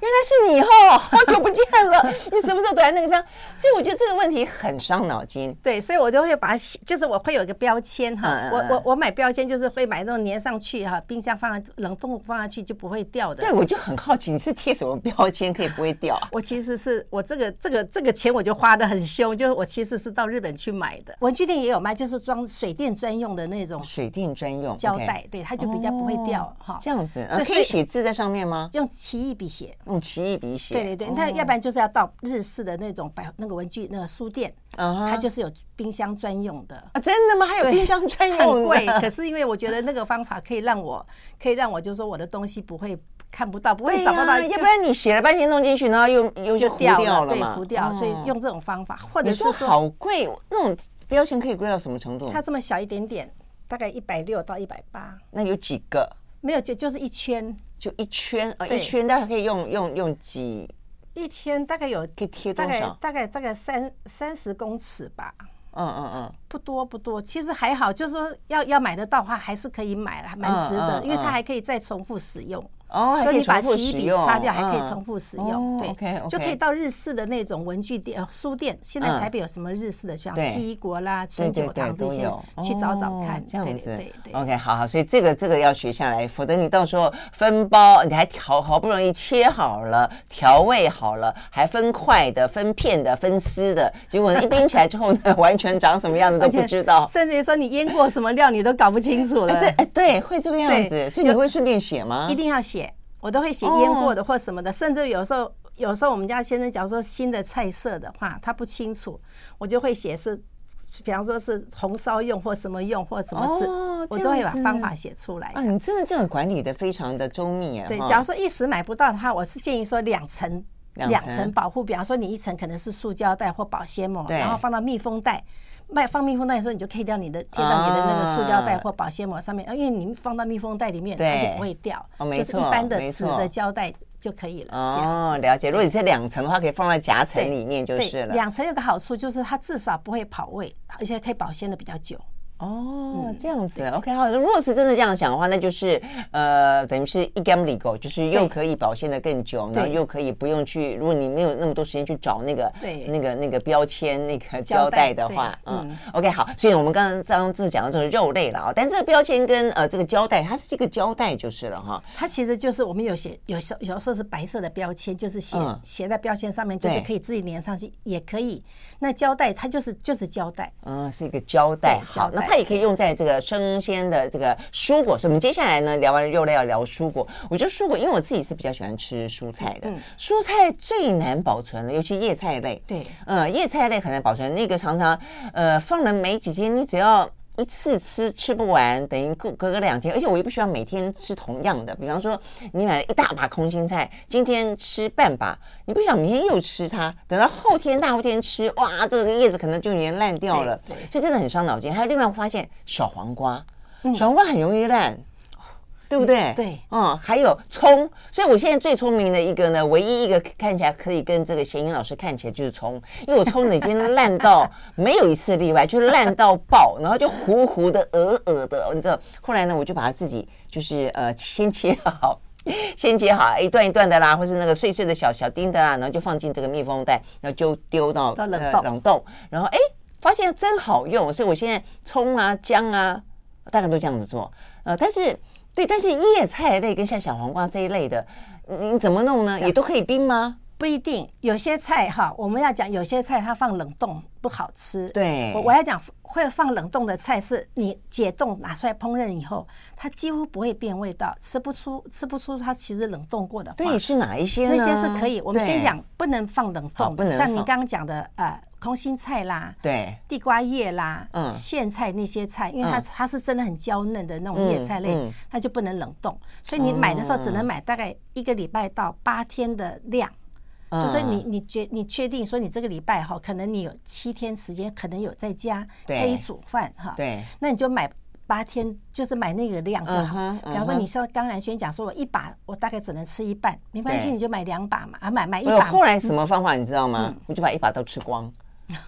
S1: 原来是你哦，好久不见 了，你什么时候躲在那个地方？所以我觉得这个问题很伤脑筋。
S2: 对，所以我就会把它写，就是我会有一个标签哈，
S1: 嗯嗯
S2: 我
S1: 嗯
S2: 我我买标签就是会买那种粘上去哈，冰箱放在冷冻库放下去就不会掉的
S1: 对，。我就很好奇，你是贴什么标签可以不会掉啊？
S2: 我其实是我这个这个这个钱我就花的很凶，就是我其实是到日本去买的，文具店也有卖，就是装水电专用的那种
S1: 水电专用
S2: 胶
S1: OK 哦
S2: 带，哦对，它就比较不会掉哈。
S1: 这样子，呃
S2: 所以
S1: 可以写字在上面吗？
S2: 用奇异笔写，
S1: 用奇异笔写？
S2: 对对对，那要不然就是要到日式的那种百那个文具那个书店，
S1: 嗯哼
S2: 它就是有冰箱专用的。
S1: 啊，真的吗？还有
S2: 对
S1: 冰箱专用的
S2: 很贵，可是因为我觉得那个方法可以让我，可以让我就说我的东西不会看不到，不
S1: 对
S2: 会找不到，
S1: 呀要不然你写了半天弄进去，然后又又
S2: 就
S1: 就糊
S2: 掉
S1: 掉了
S2: 对，
S1: 嘛，
S2: 糊掉，所以
S1: 哦
S2: 用这种方法，或者
S1: 你
S2: 是
S1: 说好贵，那种标签可以贵到什么程度？
S2: 它这么小一点点，大概一百六到一百八，
S1: 那有几个？
S2: 没有就就是一圈，
S1: 就一圈，呃，
S2: 对
S1: 一圈大概可以用用用几？
S2: 一圈大概有
S1: 可以贴多
S2: 大概
S1: 少？
S2: 大概大概三三十公尺吧。
S1: 嗯嗯嗯。
S2: 不多不多，其实还好，就是说要要买得到的话，还是可以买了，还蛮值得，
S1: 嗯嗯
S2: 因为它
S1: 嗯
S2: 还可以再重复使用。
S1: 哦，还可以
S2: 你把
S1: 重复
S2: 奇异
S1: 使
S2: 笔
S1: 用，
S2: 擦掉，还可以
S1: 嗯
S2: 重复使
S1: 哦
S2: 用，对
S1: OK，OK
S2: 就可以到日式的那种文具店、呃书店。现在
S1: 嗯
S2: 台北有什么日式的，像
S1: 对
S2: 七国啦、
S1: 对
S2: 春
S1: 对
S2: 酒
S1: 对，
S2: 堂这
S1: 都
S2: 些
S1: 有，
S2: 去找找看
S1: 哦。这样
S2: 对
S1: 子
S2: 对对。
S1: OK，好好，所以这个这个要学下来，否则你到时候分包，你还调好不容易切好了，调味好了，还分块的、分片的、分丝的，结果一冰起来之后呢，完全长什么样子都
S2: 而
S1: 不
S2: 且
S1: 知道。
S2: 甚至于说你腌过什么料，你都搞不清楚
S1: 哎，
S2: 了
S1: 对，。 哎，对，会这个样
S2: 对
S1: 子，所以你会顺便写吗
S2: 一？定要写，我都会
S1: 哦
S2: 写腌过的或什么的，甚至有时候。有时候我们家先生假如说新的菜色的话，他不清楚，我就会写是，比方说是红烧用或什么用或什么字，
S1: 哦
S2: 我
S1: 这
S2: 都会把
S1: 样子
S2: 方法写出来。
S1: 啊，你真的这样管理的非常的周密耶。
S2: 对，
S1: 哈
S2: 假如说一时买不到的话，我是建议说两层。
S1: 两
S2: 两
S1: 层
S2: 层保护，比方说你一层可能是塑胶袋或保鲜膜，
S1: 对
S2: 然后放到密封袋，卖放密封袋的时候你就可以掉你的贴到你的那个塑胶袋
S1: 啊
S2: 或保鲜膜上面，呃因为你放到密封袋里面它
S1: 对
S2: 就不会掉，
S1: 哦没
S2: 就是
S1: 错
S2: 一般的
S1: 没
S2: 纸
S1: 错
S2: 的胶带就可以了。这样
S1: 哦，了解。如果你是两层的话，可以放在夹层
S2: 对
S1: 里面就
S2: 对
S1: 是了。
S2: 两层有个好处就是它至少不会跑味，而且可以保鲜的比较久。嗯
S1: 哦，这样子，OK，好。如果是真的这样想的话，那就是呃，等于是一 gam l e g o 就是又
S2: 对
S1: 可以保鲜的更久，然后
S2: 对
S1: 又可以不用去，如果你没有那么多时间去找那个
S2: 对
S1: 那个那个标签、那个
S2: 胶
S1: 胶带
S2: 带
S1: 的话，
S2: 对
S1: 嗯
S2: 嗯
S1: ，OK，好。所以我们刚刚刚这讲到这个肉类了啊，但这个标签跟呃这个胶带，它是一个胶带就是了哈。
S2: 它其实就是我们有写，有时候有时候是白色的标签，就是写
S1: 嗯
S2: 写在标签上面，就是
S1: 对
S2: 可以自己粘上去，也可以。那胶带它就是就是胶带，
S1: 嗯，是一个胶带。
S2: 对
S1: 好
S2: 胶，带
S1: 那它也可以用在这个生鲜的这个蔬果。所以我们接下来呢，聊完肉类要聊蔬果。我觉得蔬果，因为我自己是比较喜欢吃蔬菜的，
S2: 嗯
S1: 蔬菜最难保存了，尤其叶菜类。
S2: 对
S1: 嗯，叶菜类很难保存，那个常常呃放了没几天，你只要。一次吃吃不完，等于隔隔个两天，而且我也不需要每天吃同样的。比方说，你买了一大把空心菜，今天吃半把，你不想明天又吃它，等到后天大后天吃，哇，这个叶子可能就黏烂掉了
S2: 对对，
S1: 所以真的很伤脑筋。还有另外我发现小黄瓜，
S2: 嗯
S1: 小黄瓜很容易烂。对不对？
S2: 对
S1: 嗯，还有葱，所以我现在最聪明的一个呢，唯一一个看起来可以跟这个贤英老师看起来就是葱，因为我葱呢已经烂到没有一次例外，就是烂到爆，然后就糊糊的、鹅鹅呃的，你知道。后来呢，我就把它自己就是呃先切好。 先切好一段一段的啦，或是那个碎碎的小小丁的啦，然后就放进这个密封袋，然后就丢到
S2: 到冷
S1: 呃
S2: 冻
S1: 冷冻，然后哎，发现真好用，所以我现在葱啊、姜啊，大概都这样子做。呃，但是对，但是叶菜类跟像小黄瓜这一类的，你你怎么弄呢？也都可以冰吗？
S2: 不一定有些菜哈，我们要讲有些菜它放冷冻不好吃。
S1: 对
S2: 我我要讲会放冷冻的菜是你解冻拿出来烹饪以后，它几乎不会变味道，吃不出吃不出它其实冷冻过的话。
S1: 对，是哪一些呢？
S2: 那些是可以。我们先
S1: 对
S2: 讲，不能放冷
S1: 好
S2: 冻
S1: 不
S2: 的，
S1: 能
S2: 像你
S1: 放
S2: 刚刚讲的呃空心菜啦。
S1: 对，
S2: 地瓜叶啦、
S1: 嗯
S2: 苋菜那些菜，因为它、
S1: 嗯
S2: 它是真的很娇嫩的那种
S1: 嗯
S2: 叶菜类，
S1: 嗯
S2: 它就不能冷冻，所以你买的时候只能买大概一个礼拜到八天的量。
S1: 嗯
S2: 就说你你决你确定说你这个礼拜哈，可能你有七天时间，可能有在家
S1: 对
S2: 可以煮饭哈
S1: 嗯，对，
S2: 那你就买八天，就是买那个量就好。
S1: 嗯哼
S2: 比方说
S1: 嗯哼
S2: 你说刚兰轩讲说，我一把我大概只能吃一半，没关系，
S1: 对
S2: 你就买两把嘛，啊买买一
S1: 我有
S2: 把。嗯
S1: 后来什么方法你知道吗？我就把一把都吃光。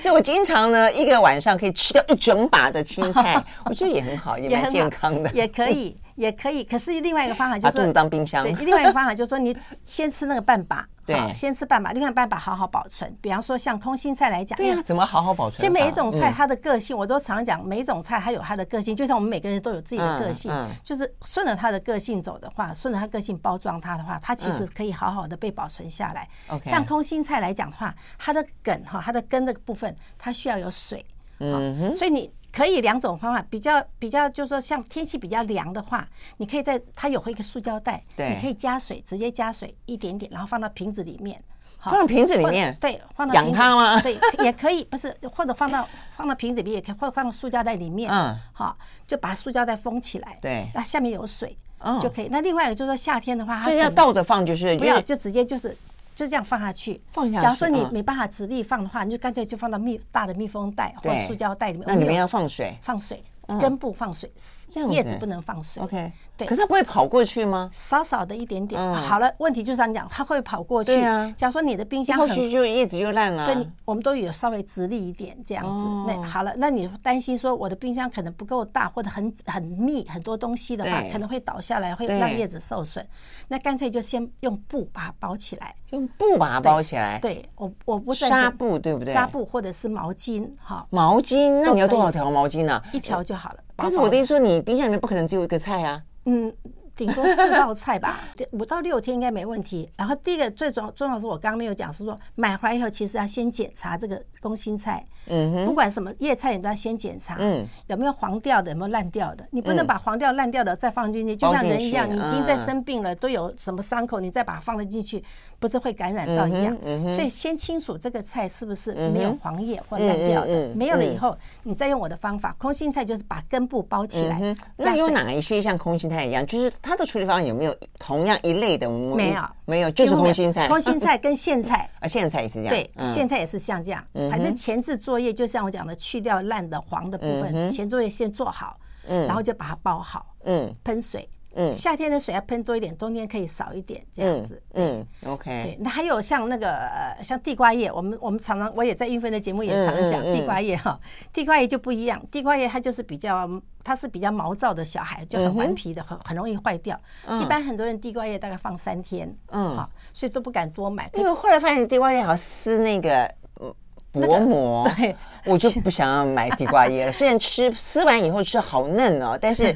S1: 所以我经常呢，一个晚上可以吃掉一整把的青 菜，我觉得也很好，也
S2: 也很
S1: 蛮
S2: 好
S1: 健康的，
S2: 也可以，也可以。可是另外一个方法就
S1: 把
S2: 是
S1: 肚子
S2: 说，
S1: 当冰箱
S2: 对，。另外一个方法就是说，你先吃那 个半把，
S1: 对
S2: 好先吃半把，另外半把好好保存。比方说像空心菜来讲，
S1: 哎对呀、怎么好好保存
S2: 其实
S1: 法？
S2: 啊每一种菜
S1: 嗯
S2: 它的个性，我都常讲，每一种菜它有它的个性，就像我们每个人都有自己的个性
S1: 嗯嗯，
S2: 就是顺着它的个性走的话，顺着它个性包装它的话，它其实可以好好的被保存下来。
S1: 嗯 OK
S2: 像空心菜来讲的话，它的梗哈，它的根的部分，它需要有水，
S1: 嗯哼，
S2: 所以你可以两种方法，比较比较就是说，像天气比较凉的话，你可以在它有一个塑胶袋，
S1: 对
S2: 你可以加水，直接加水一点点，然后放到瓶子里面。好
S1: 放到瓶子里面
S2: 或对，放到
S1: 养
S2: 瓶子
S1: 它吗
S2: 对，也可以，不是，或者放到放到瓶子里面也可以，或者放到塑胶袋里面，
S1: 嗯，
S2: 好，就把塑胶袋封起来，
S1: 对
S2: 那下面有水
S1: 嗯
S2: 就可以。那另外一个就是说夏天的话，它
S1: 所以要
S2: 可能
S1: 倒着放，就是
S2: 不
S1: 因
S2: 要
S1: 为
S2: 就直接就是就这样放下去。
S1: 放下去
S2: 假如说你
S1: 嗯
S2: 没办法直立放的话，你就干脆就放到密大的密封袋或
S1: 对
S2: 塑胶袋里面。
S1: 那里
S2: 我们
S1: 面
S2: 有
S1: 要放水。
S2: 放水，根部放水
S1: 嗯这样，子
S2: 叶子不能放水。
S1: OK，
S2: 对
S1: 可是它不会跑过去吗？
S2: 少少的一点点，
S1: 嗯
S2: 好了。问题就是你讲，它会跑过去。
S1: 对啊嗯
S2: 假如说你的冰箱
S1: 过
S2: 很
S1: 去就叶子就烂了啊。
S2: 对你，我们都有稍微直立一点这样子。
S1: 哦
S2: 那好了，那你担心说我的冰箱可能不够大，或者很很密，很多东西的话
S1: 对，
S2: 可能会倒下来，会
S1: 对
S2: 让叶子受损。那干脆就先用布把它包起来。
S1: 用布把它包起来，
S2: 对我，我不赞成
S1: 哎纱布对不对？
S2: 纱布或者是毛巾，哈，
S1: 毛巾，那
S2: 都
S1: 你要
S2: 可以
S1: 多少条毛巾啊？
S2: 一条就好了。
S1: 但是我的
S2: 薄薄
S1: 意思说，你冰箱里面不可能只有一个菜啊。
S2: 嗯，顶多四道菜吧， 五到六天应该没问题。然后第一个最重重要的是，我刚刚没有讲，是说买回来以后，其实要先检查这个空心菜，
S1: 嗯哼，
S2: 不管什么叶菜，你都要先检查，
S1: 嗯
S2: 有没有黄掉的，有没有烂掉的。你不能把黄掉、烂掉的再放进去，就
S1: 包
S2: 像
S1: 进
S2: 人一样，
S1: 去
S2: 你已经在
S1: 嗯
S2: 生病了，都有什么伤口，你再把它放了进去，不是会感染到一样
S1: 嗯哼嗯哼。
S2: 所以先清楚这个菜是不是没有
S1: 嗯哼
S2: 黄叶或烂掉
S1: 嗯嗯
S2: 的，
S1: 嗯
S2: 没有了以
S1: 嗯
S2: 后，你再用我的方法，空心菜就是把根部包起来啊
S1: 嗯哼，，
S2: 加
S1: 那有
S2: 水
S1: 哪一些像空心菜一样，就是它的处理方法有没有同样一类的？我们
S2: 没有
S1: 没有，就是
S2: 几乎没
S1: 空
S2: 有
S1: 心菜。
S2: 空心菜跟
S1: ，
S2: 苋菜
S1: 啊，苋菜也是这样。
S2: 对，苋菜也是像这样。
S1: 嗯
S2: 反正前置作业就像我讲的，去掉烂的黄的部分，前作业先做好，然后就把它包好，
S1: 嗯
S2: 喷水。
S1: 嗯
S2: 夏天的水要喷多一点，冬天可以少一点，这样
S1: 嗯
S2: 子。
S1: 嗯，OK。
S2: 对，那还有像那个呃，像地瓜叶，我们我们常常我也在运分的节目也常
S1: 嗯
S2: 讲
S1: 嗯
S2: 地瓜叶哈，地瓜叶就不一样，地瓜叶它就是比较它是比较毛躁的小孩，
S1: 嗯
S2: 就很顽皮的，很很容易坏掉。一般很多人地瓜叶大概放三天，
S1: 嗯
S2: 好，所以都不敢多买。
S1: 因为后来发现地瓜叶好像撕那个嗯薄膜，
S2: 对，
S1: 我就不想要买地瓜叶了。虽然吃撕完以后吃好嫩哦，但 是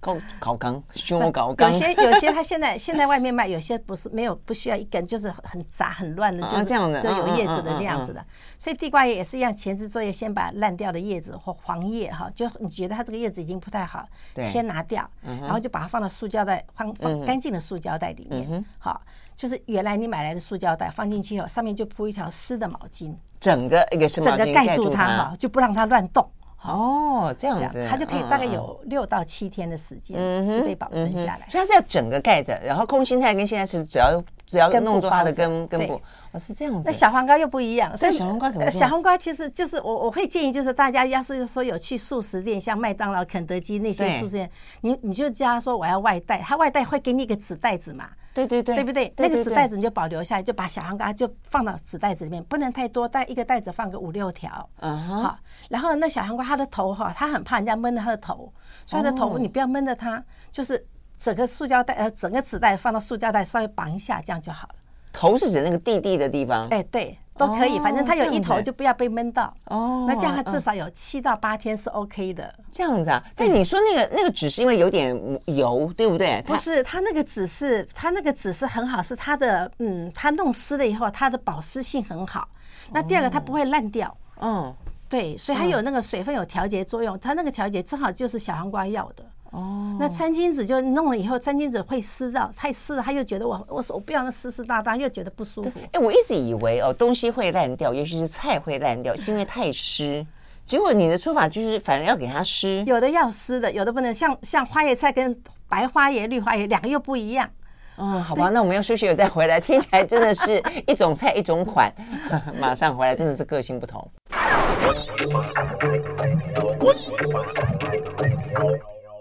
S1: 高高刚胸高刚
S2: 有。些有 些它现在现在外面卖，有些不是没有不需要一根，就是很很杂很乱的，
S1: 啊
S2: 就是
S1: 这样的
S2: 就
S1: 嗯嗯
S2: 有叶子
S1: 嗯
S2: 的那样子的。所以地瓜叶也是一样，前置作业先把烂掉的叶子或黄叶哈，就你觉得它这个叶子已经不太好
S1: 对，嗯
S2: 先拿掉，然后就把它放到塑胶袋，放放干净的塑胶袋里
S1: 嗯
S2: 面，好。就是原来你买来的塑胶袋放进去以后，上面就铺一条湿的毛巾，
S1: 整个一个是毛
S2: 整个
S1: 巾
S2: 盖
S1: 盖
S2: 住
S1: 住
S2: 它
S1: 它
S2: 哈，。就不让它乱动。
S1: 哦，这样
S2: 这
S1: 子
S2: 样，它就可以
S1: 嗯
S2: 大概
S1: 嗯嗯
S2: 有六到七天的时间
S1: 嗯哼
S2: 是被保存下
S1: 嗯
S2: 来
S1: 哼。所以它是要整个盖着，然后空心菜跟现在是主要主要
S2: 根部
S1: 弄住它的
S2: 包着
S1: 根根部
S2: 对，
S1: 哦是这样子
S2: 那。小黄瓜又不一样，所以
S1: 小黄瓜怎么
S2: 呃
S1: 做
S2: 小黄瓜其实就是我我会建议，就是大家要是说有去素食店，像麦当劳、肯德基那些
S1: 对
S2: 素食店，你你就叫他说我要外带，他外带会给你一个纸袋子嘛，
S1: 对对对，
S2: 对不对？那个纸袋
S1: 子，
S2: 子你就保留下来，就把小黄瓜就放到纸袋子里面，不能太多，带一个袋子放个五六条。
S1: 嗯哼，
S2: 好，然后那小黄瓜它的头哈，它很怕人家闷着它的头，所以它的头你不要闷着它，就是整个塑胶袋呃整个纸袋放到塑胶袋稍微绑一下，这样就好了。
S1: 头是指那个地地的地方。
S2: 哎，对，都可以，
S1: 哦
S2: 反正它
S1: 这
S2: 有
S1: 样
S2: 一头
S1: 子
S2: 就不要被闷到。
S1: 哦
S2: 那这样它至
S1: 嗯
S2: 少有七到八天是 OK 的。
S1: 这样子啊？
S2: 嗯
S1: 但你说那个那个只是因为有点油，对不对？它
S2: 不是，它那个纸是它那个纸是很好，是它的嗯，它弄湿了以后，它的保湿性很好。那第二个，它不会烂掉。
S1: 嗯，
S2: 对，所以它有那个水分有调节作用，哦它那个调节正好就是小黄瓜要的。
S1: 哦，
S2: 那餐巾纸就弄了以后，餐巾纸会湿到，太湿了，他又觉得我我手不要那湿湿哒哒，又觉得不舒服。
S1: 哎、我一直以为哦，东西会烂掉，尤其是菜会烂掉，是因为太湿。结果你的说法就是，反而要给它湿。
S2: 有的要湿的，有的不能，像像花椰菜跟白花椰、绿花椰两个又不一样。
S1: 哦，好吧，那我们要休息了再回来，听起来真的是一种菜一种款。 马上回来，真的是个性不同。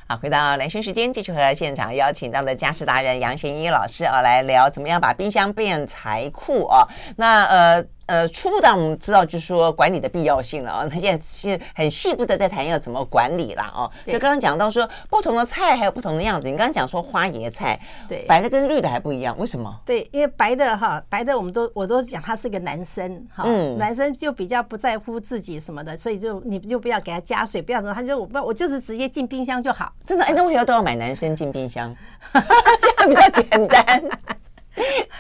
S1: 好，回到蓝轩时间，继续和现场邀请到的家事达人杨贤一老师啊，来聊怎么样把冰箱变财库啊。那呃呃，初步当然我们知道就是说管理的必要性了 啊。那现在是很细部的在谈要怎么管理啦哦、
S2: 对
S1: 所以刚刚讲到说不同的菜还有不同的样子，你刚刚讲说花椰菜，
S2: 对
S1: 白的跟绿的还不一样，为什么？
S2: 对，因为白的哈，白的我们都我都讲他是个男生哈，
S1: 嗯
S2: 男生就比较不在乎自己什么的，所以就你就不要给他加水，不要什么，他就我不我就是直接进冰箱 就好。
S1: 真的，哎，那为什么都要买男生进冰箱？ 现在比较简单。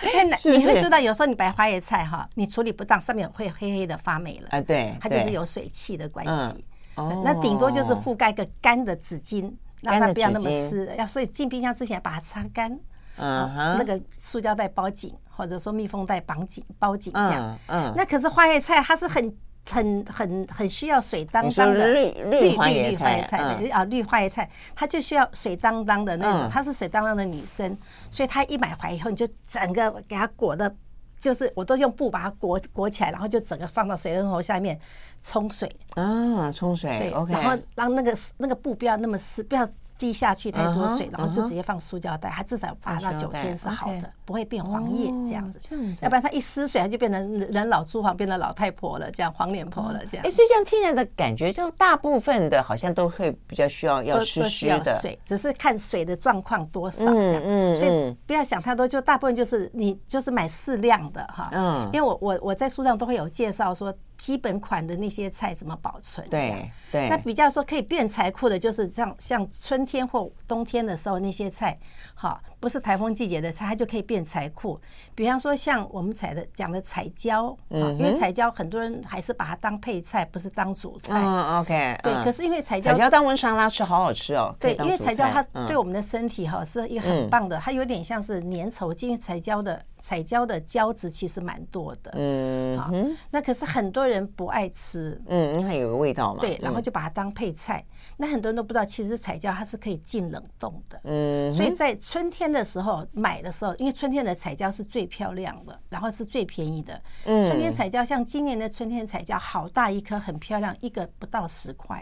S2: 因为男
S1: 是不
S2: 哎你会
S1: 是
S2: 知道，有时候你白花椰菜哈，你处理不当，上面会黑黑的发霉了，
S1: 啊，对，
S2: 它就是
S1: 对
S2: 有水汽的关
S1: 嗯
S2: 系。
S1: 哦
S2: 那顶多就是覆盖个干的纸巾，让
S1: 干
S2: 它
S1: 的
S2: 不要那
S1: 纸
S2: 么
S1: 巾
S2: 湿。要所以进冰箱之前把它擦干，
S1: 嗯
S2: 啊那
S1: 哼，
S2: 个塑胶袋包紧，或者说密封袋绑紧包紧这样。
S1: 嗯嗯，
S2: 那可是花椰菜它是很很很很需要水当
S1: 你说
S2: 当的。
S1: 绿绿花
S2: 绿
S1: 椰
S2: 绿花
S1: 菜
S2: 椰菜
S1: 嗯
S2: 对啊，绿花椰菜，它就需要水当当的那
S1: 嗯
S2: 种，她是水当当的女生，所以她一买回来以后，你就整个给它裹的，就是我都用布把它裹裹起来，然后就整个放到水龙头下面冲水，
S1: 啊，冲水
S2: 对
S1: ，OK，
S2: 哎然后让那个那个布不要那么湿，不要滴下去太
S1: 嗯
S2: 多
S1: 哼
S2: 水，然后
S1: 嗯
S2: 就
S1: 哼
S2: 直接放塑胶袋，它至少八
S1: 放
S2: 到
S1: 塑
S2: 九
S1: 胶袋
S2: 天是好
S1: ，OK
S2: 的，不会变黄叶这样
S1: 哦
S2: 子。
S1: 这样子
S2: 要不然它一失水，它就变成人老珠黄，变成老太婆了，这样黄脸婆了，这样
S1: 哎，。所以这样听起来的感觉，就大部分的好像都会比较需要要
S2: 都
S1: 湿
S2: 都
S1: 湿
S2: 需要
S1: 的，
S2: 水，只是看水的状况多少这样。
S1: 嗯嗯
S2: 所以
S1: 嗯
S2: 不要想太多，就大部分就是你就是买适量的哈。
S1: 嗯
S2: 因为我我我在书上都会有介绍说基本款的那些菜怎么保存。这样
S1: 对对
S2: 那，比较说可以变财库的，就是像像春天或冬天的时候那些菜，哈，不是台风季节的菜，它就可以变财库。比方说像我们采的讲的彩椒，嗯，因为彩椒很多人还是把它当配菜，不不是当主菜。
S1: 嗯，OK，
S2: 对，
S1: 嗯
S2: 可是因为彩椒
S1: 彩椒当温沙拉吃，好好吃哦，可
S2: 对
S1: 以，当
S2: 因为
S1: 主
S2: 彩椒它
S1: 嗯
S2: 对我们的身体哈是一个很棒的，它有点像是粘稠剂，因为彩椒的彩椒的胶质其实蛮多的，
S1: 嗯
S2: 啊，那可是很多人不爱吃，
S1: 嗯，因为它有个味道嘛，
S2: 对，然后
S1: 嗯
S2: 就把它当配菜，那很多人都不知道，其实彩椒它是可以进冷冻的。
S1: 嗯
S2: 所以在春天的时候买的时候，因为春天的彩椒是最漂亮的，然后是最便宜的。
S1: 嗯
S2: 春天彩椒像今年的春天彩椒，好大一颗，很漂亮，一个不到十块。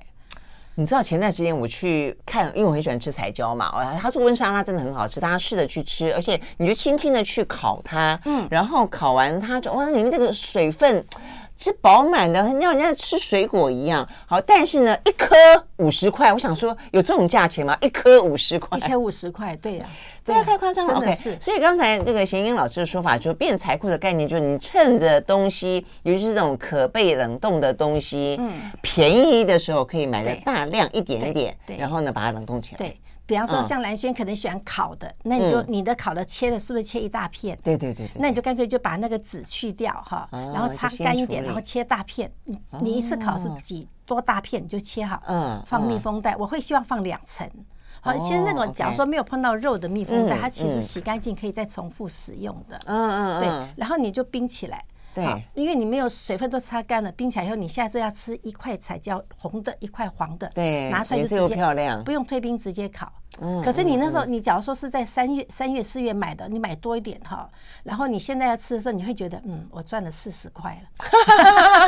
S1: 你知道前段时间我去看，因为我很喜欢吃彩椒嘛，哦，它做温沙拉真的很好吃，大家试着去吃，而且你就轻轻的去烤它，嗯，然后烤完它就哇，哦里面这个水分是饱满的，很像人家吃水果一样。好，但是呢，一颗五十块，我想说有这种价钱吗？一颗五十块
S2: 一。天五十块，对呀、
S1: 对啊，太夸张了。
S2: 真的
S1: OK，
S2: 是
S1: 所以刚才这个贤英老师的说法，就变财库的概念，就是你趁着东西，尤其是这种可被冷冻的东西，嗯，便宜的时候可以买的
S2: 对
S1: 大量一点点，
S2: 对对
S1: 然后呢把它冷冻起来。
S2: 对，比方说
S1: 嗯
S2: 像蓝轩可能喜欢烤的，那你就你的烤的切的是不是切一大片？
S1: 对对对对
S2: 那你就干脆就把那个籽去掉哈，
S1: 哦
S2: 然后擦
S1: 就先
S2: 干一
S1: 处
S2: 点，
S1: 理哦
S2: 然后切大片。你你一次烤是几多大片你就切好，
S1: 嗯
S2: 放密
S1: 嗯
S2: 封袋。我会希望放两层。好，其实那
S1: 哦
S2: 种假如
S1: ，OK
S2: 说没有碰到肉的密封袋，
S1: 嗯
S2: 它其实
S1: 嗯
S2: 洗干净可以再重复使用的。
S1: 嗯嗯
S2: 对
S1: 嗯，，
S2: 然后你就冰起来。
S1: 对
S2: 好因为你没有水分都擦干了，冰起来以后，你下次要吃一块彩椒，红的一块黄的，
S1: 对
S2: 拿出来就
S1: 颜
S2: 直
S1: 色
S2: 接
S1: 又漂亮
S2: 不用退冰直接烤。
S1: 嗯
S2: 可是你那时候，你假如说是在三月、三月、四月买的，你买多一点哈，然后你现在要吃的时候，你会觉得，嗯，我赚了四十块了，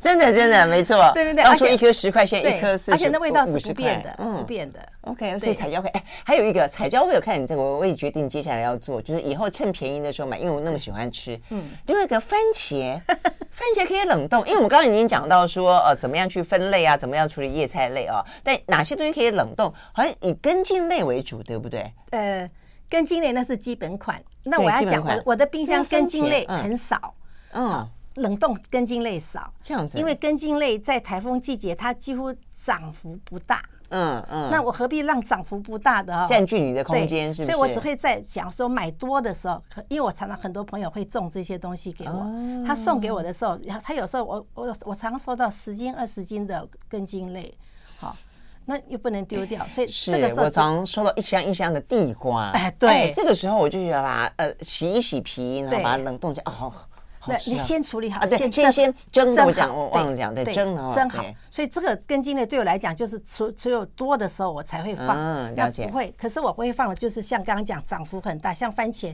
S1: 真的真的没错，
S2: 对不对
S1: 当
S2: 而
S1: 初
S2: 且
S1: 一颗十块钱，哎一颗四十，
S2: 而且那味道是
S1: 50
S2: 不变
S1: 块嗯
S2: 的，不。变的。
S1: OK，所以
S2: 对
S1: 彩椒可以。哎，还有一个彩椒，我有看你这个，我我也决定接下来要做，就是以后趁便宜的时候买，因为我那么喜欢吃。嗯，另外一个番茄， 番茄可以冷冻，因为我们刚刚已经讲到说，呃，怎么样去分类啊，怎么样处理叶菜类啊，但哪些东西可以冷冻？好像以根茎类为主，对不对？
S2: 呃，根茎类那是基本款，那
S1: 对
S2: 我要
S1: 基本
S2: 讲，我
S1: 款
S2: 的我的冰
S1: 那
S2: 箱
S1: 番
S2: 根茎
S1: 茄
S2: 类
S1: 嗯
S2: 很少，
S1: 嗯，
S2: 冷冻根茎类少。
S1: 这样子，
S2: 因为根茎类在台风季节它几乎涨幅不大，
S1: 嗯嗯，
S2: 那我何必让涨幅不大的哈、
S1: 占据你的空
S2: 对
S1: 间是不
S2: 所
S1: 是？
S2: 以我只会在讲说买多的时候，可因为我常常很多朋友会送这些东西给我，
S1: 哦
S2: 他送给我的时候，然后他有时候我我我常常收到十斤二十斤的根茎类，好，那又不能丢掉，所以
S1: 是
S2: 这个时候
S1: 我常收到一箱一箱的地瓜，
S2: 哎对
S1: 这个时候我就觉得把它呃洗一洗皮，然后
S2: 对
S1: 把它冷冻起来，哦，好好
S2: 那
S1: 吃
S2: 你
S1: 啊
S2: 先处理好，
S1: 啊对先
S2: 蒸
S1: 先蒸的
S2: 蒸
S1: 我讲
S2: 好
S1: 我
S2: 对
S1: 忘了讲对
S2: 对，哦
S1: 蒸好
S2: 蒸好
S1: 对。
S2: 所以这个根茎类对我来讲，就是只只有多的时候我才会放，
S1: 嗯
S2: 那
S1: 了解
S2: 不会。可是我会放的就是像刚刚讲涨幅很大，像番茄，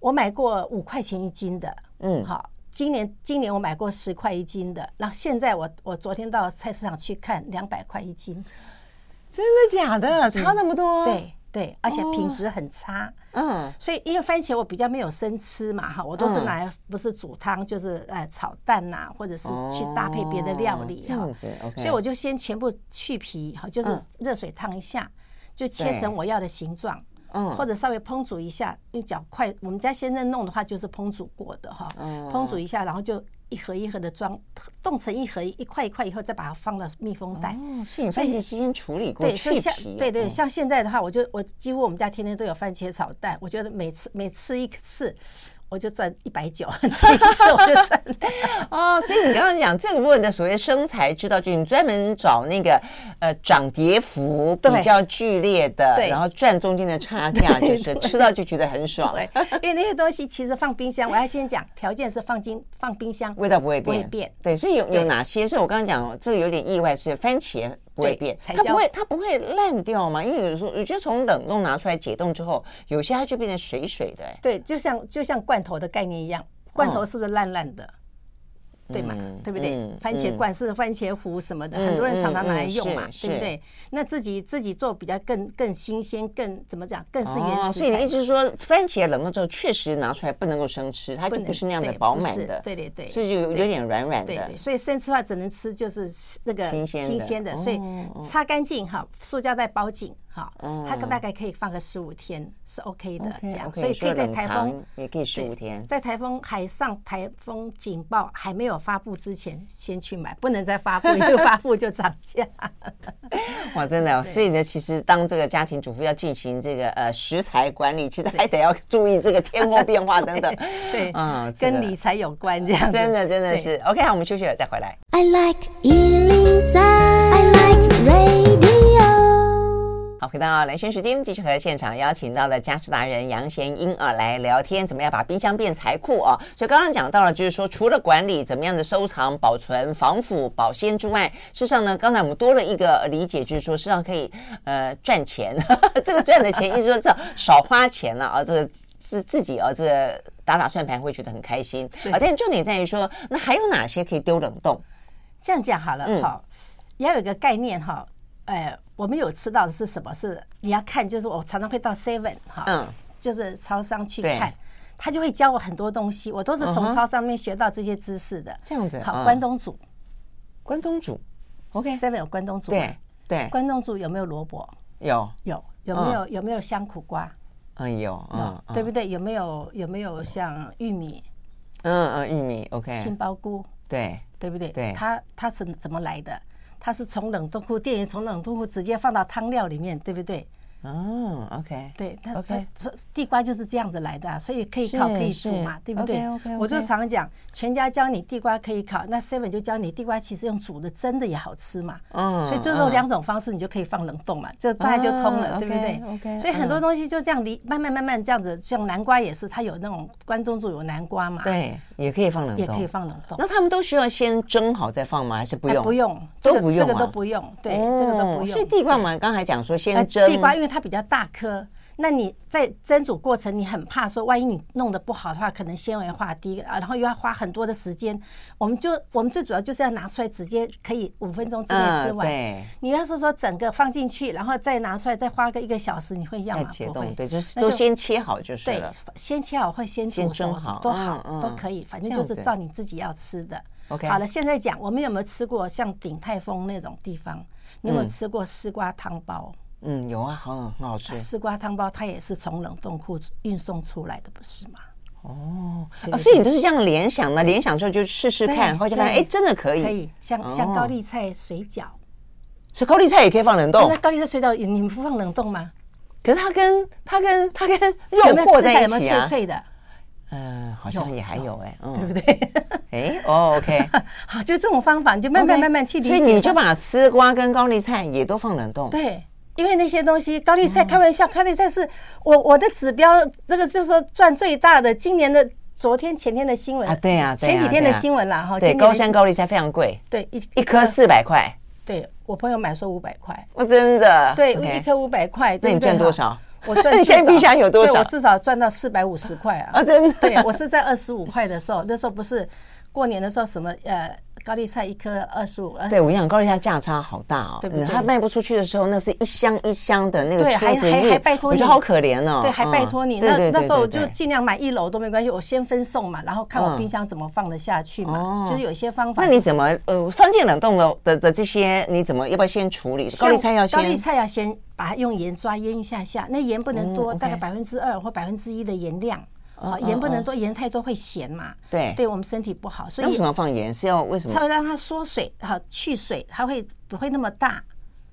S2: 我买过五块钱一斤的，
S1: 嗯
S2: 好。今年今年我买过十块一斤的，然后现在我我昨天到菜市场去看两百块一斤，
S1: 真的假的？差那么多？，
S2: 嗯对对，而
S1: 哦
S2: 且品质很差。
S1: 嗯
S2: 所以因为番茄我比较没有生吃嘛，哈，我都是
S1: 嗯
S2: 拿来不是煮汤，就是呃炒蛋呐、或者是去搭配别的料
S1: 哦
S2: 理
S1: 这
S2: 哈。
S1: 样子，OK。
S2: 所以我就先全部去皮，哈，就是
S1: 嗯
S2: 热水烫一下，就切成我要的形状，
S1: 嗯
S2: 或者稍微烹煮一下，用脚快。我们家先生弄的话就是烹煮过的哈，
S1: 哦
S2: 烹煮一下，然后就一盒一盒的装，冻成一盒一块一块以后，再把它放到密封袋。
S1: 哦，所以你番茄是先处理过
S2: 哎对，所以
S1: 去
S2: 像
S1: 皮，
S2: 对对，
S1: 嗯
S2: 像现在的话，我就我几乎我们家天天都有番茄炒蛋，我觉得每次每吃一次。我就赚一百九， 吃一次我就赚。
S1: 哦，所以你刚刚讲这个部分的所谓生财之道，就是你专门找那个呃涨跌幅比
S2: 对
S1: 较剧烈的，
S2: 对
S1: 然后赚中间的差价，就
S2: 对
S1: 是
S2: 对
S1: 吃到就觉得很爽，
S2: 对，因为那些东西其实放冰箱，我要先讲条件是放进放冰箱，
S1: 味道不会
S2: 不会
S1: 变，
S2: 变
S1: 对，所以有有
S2: 对
S1: 哪些？所以我刚刚讲这个有点意外是番茄不会
S2: 对
S1: 变，
S2: 彩
S1: 它不
S2: 椒
S1: 会它不会烂掉嘛？因为有时候我觉得从冷冻拿出来解冻之后，有些它就变成水水的、哎
S2: 对，就像就像罐头的概念一样，罐头是不是烂烂的？对嘛
S1: 哦嗯，
S2: 对不对？
S1: 嗯
S2: 番茄罐是番茄糊什么的，很多人常常拿来用嘛，
S1: 嗯嗯嗯是
S2: 对不对？那自己自己做比较更更新鲜，更怎么讲，更是原
S1: 哦，
S2: 始。
S1: 所以你的意思是说，番茄冷冻之后确实拿出来不能够生吃，它
S2: 不
S1: 就
S2: 能
S1: 不是那样的
S2: 对
S1: 饱
S2: 不
S1: 满
S2: 是
S1: 的，
S2: 对对对
S1: 所以就有有点软软的
S2: 对，对，所以生吃的话只能吃就是那个
S1: 新鲜的
S2: 新鲜的，所以
S1: 哦
S2: 擦干净哈，塑胶袋包紧哈
S1: 嗯，
S2: 它大概可以放个十五天是 OK 的
S1: OK，
S2: 这样，
S1: OK，
S2: 所以可以在
S1: 冷
S2: 台
S1: 藏
S2: 风
S1: 也可以十五
S2: 对
S1: 天。
S2: 在台风海上台风警报还没有发布之前先去买，不能再发布，因为发布就涨价。。
S1: 哇，真的、哦，所以呢，其实当这个家庭主妇要进行这个呃食材管理，其实还得要注意这个天候变化等等
S2: 对
S1: 嗯，，这个
S2: 跟理财有关这样子，
S1: 真的真的
S2: 对
S1: 是 OK。好，我们休息了再回来。
S3: I like Ealing Sound. I like radio.
S1: 好，回到蓝轩时间，继续和现场邀请到的家事达人杨贤英啊来聊天，怎么样把冰箱变财库啊？所以刚刚讲到了，就是说除了管理怎么样的收藏、保存、防腐、保鲜之外，事实上呢，刚才我们多了一个理解，就是说事实上可以呃赚钱， 这个赚的钱意思说少少花钱了啊，这个自自己啊这个打打算盘会觉得很开心啊。但重点在于说，那还有哪些可以丢冷冻？
S2: 这样讲好了，
S1: 嗯
S2: 好，也要有一个概念哈，呃，我们有吃到的是什么？是你要看，就是我常常会到 Seven 哈，
S1: 嗯
S2: 就是超商去
S1: 对
S2: 看，他就会教我很多东西，我都是
S1: 嗯
S2: 从
S1: 哼
S2: 超商面学到这些知识的。
S1: 这样子嗯
S2: 好，关东煮
S1: 关东煮
S2: ，OK，Seven 有关东煮，
S1: 对，对
S2: 关东煮有没有萝卜？
S1: 有
S2: 有，有没有有没有香苦瓜？
S1: 嗯有嗯
S2: 对不对？有没有有没有像玉米、
S1: 嗯嗯玉米 OK
S2: 杏鲍菇？
S1: 对，
S2: 对不对？
S1: 对
S2: 它它是怎么来的？它是从冷冻库，店员从冷冻库直接放到汤料里面，对不对？
S1: 哦，OK，
S2: 对，它
S1: OK
S2: 是这地瓜就是这样子来的、啊，所以可以烤
S1: 是
S2: 可以煮嘛
S1: 是，
S2: 对不对
S1: OK，OK，OK
S2: 我就常讲，全家教你地瓜可以烤，那 Seven 就教你地瓜其实用煮的蒸的也好吃嘛。
S1: 嗯
S2: 所以就用两种方式，你就可以放冷冻嘛，就大概就通了，
S1: 啊
S2: 对不对
S1: OK，OK，
S2: 所以很多
S1: 嗯
S2: 东西就这样离慢慢慢慢这样子，像南瓜也是，它有那种关东煮有南瓜嘛，，
S1: 对，也可以放冷冻，
S2: 也可以。放冷冻。
S1: 那他们都需要先蒸好再放吗？还是不
S2: 哎
S1: 用？
S2: 不用，
S1: 都
S2: 这个
S1: 不用
S2: 这个
S1: 啊
S2: 都不用，对，这个都不
S1: 哦
S2: 用。
S1: 所以地瓜嘛，刚才讲说
S2: 呃
S1: 先蒸，
S2: 地瓜，因为它比较大颗，那你在蒸煮过程，你很怕说，万一你弄得不好的话，可能纤维化低啊，然后又要花很多的时间。我们就我们最主要就是要拿出来，直接可以五分钟之内吃
S1: 嗯，
S2: 完。
S1: 对，
S2: 你要是说整个放进去，然后再拿出来，再花个一个小时，你会要
S1: 要
S2: 吗？
S1: 解
S2: 不会
S1: 冻，对，就是
S2: 那
S1: 都
S2: 就
S1: 先切好就是
S2: 对
S1: 了。，
S2: 先切好或先
S1: 先
S2: 煮熟
S1: 蒸好
S2: 都好、
S1: 嗯嗯
S2: 都可以，反正
S1: 这
S2: 就
S1: 样
S2: 是
S1: 子
S2: 照你自己要吃的。
S1: OK
S2: 好了，现在讲我们有没有吃过像鼎泰丰那种地方？你有没有吃过丝瓜汤包？
S1: 嗯，有啊，好，很好吃
S2: 丝瓜汤包它也是从冷冻库运送出来的，不是吗？
S1: 哦。
S2: 对
S1: 啊，
S2: 对
S1: 所以你都是这样联想的，联想之后就试试看，
S2: 对
S1: 然后就发现
S2: 对
S1: 哎，真的可以。
S2: 可以像
S1: 哦
S2: 像高丽菜水饺，哎
S1: 所以高丽菜也可以放冷冻
S2: 那，高丽菜水饺你们不放冷冻吗？
S1: 可是它跟它跟它跟
S2: 有
S1: 肉
S2: 没有
S1: 和
S2: 吃
S1: 在
S2: 起来
S1: 一
S2: 有没
S1: 起
S2: 有脆
S1: 啊。
S2: 脆的，呃
S1: 嗯，好像也还有哎，
S2: 对
S1: 嗯，
S2: 不对？
S1: 哎，哦，OK，
S2: 好，就这种方法，你就慢慢
S1: OK，
S2: 慢慢去理解
S1: 所
S2: 吧。
S1: 以你就把丝瓜跟高丽菜也都放冷冻。
S2: 对，因为那些东西，高丽菜
S1: 嗯
S2: 开玩笑，高丽菜是我我的指标，这个就是说赚最大的。今年的昨天前天的新闻
S1: 啊，对呀，对呀
S2: 前几天的
S1: 对呀
S2: 新闻啦哈。
S1: 对，
S2: 前几天
S1: 高
S2: 的
S1: 山
S2: 新
S1: 高丽菜非常贵，
S2: 对一
S1: 一颗，四百块，
S2: 对我朋友买说五百块，
S1: 哦，真的。
S2: 对
S1: OK
S2: 一颗五百块，
S1: 那
S2: 对
S1: 你
S2: 不对
S1: 赚多
S2: 哈
S1: 少？
S2: 我 赚
S1: 你
S2: 至
S1: 现在
S2: 少
S1: 冰箱有多
S2: 对
S1: 少
S2: 我至少赚到四百五十块啊
S1: 啊？！真的。
S2: 对，我是在二十五块的时候，那时候不是过年的时候，什么呃高丽菜一颗二十五，呃
S1: 对，我想高丽菜价差好大哦，
S2: 对不对
S1: 它卖不出去的时候，那是一箱一箱的那个
S2: 对
S1: 车
S2: 还
S1: 子
S2: 还
S1: 运
S2: 还拜托
S1: 我觉得
S2: 你
S1: 好可怜哦。
S2: 对，还拜
S1: 嗯
S2: 托你。
S1: 对对对
S2: 那那时候我
S1: 对
S2: 就
S1: 对
S2: 尽量买一楼都没关系，我先分送嘛，然后看我
S1: 嗯
S2: 冰箱怎么放得下去嘛
S1: 哦，
S2: 就是有一些方法。
S1: 那你怎么呃放进冷冻的的的这些，你怎么要不要先处理？
S2: 像
S1: 高丽菜要
S2: 高丽
S1: 先
S2: 菜要先把它用盐抓腌一下下，那盐不能多，
S1: 嗯，OK
S2: 大概百分之二或百分之一的盐量。
S1: 嗯
S2: 啊，
S1: 嗯
S2: 盐不能多，盐太多会咸嘛，
S1: 对
S2: 对我们身体不好，所
S1: 那为
S2: 以
S1: 什么要嗯放盐？是要为什
S2: 稍
S1: 么？
S2: 微让它缩水，好去水，它会不会那么大？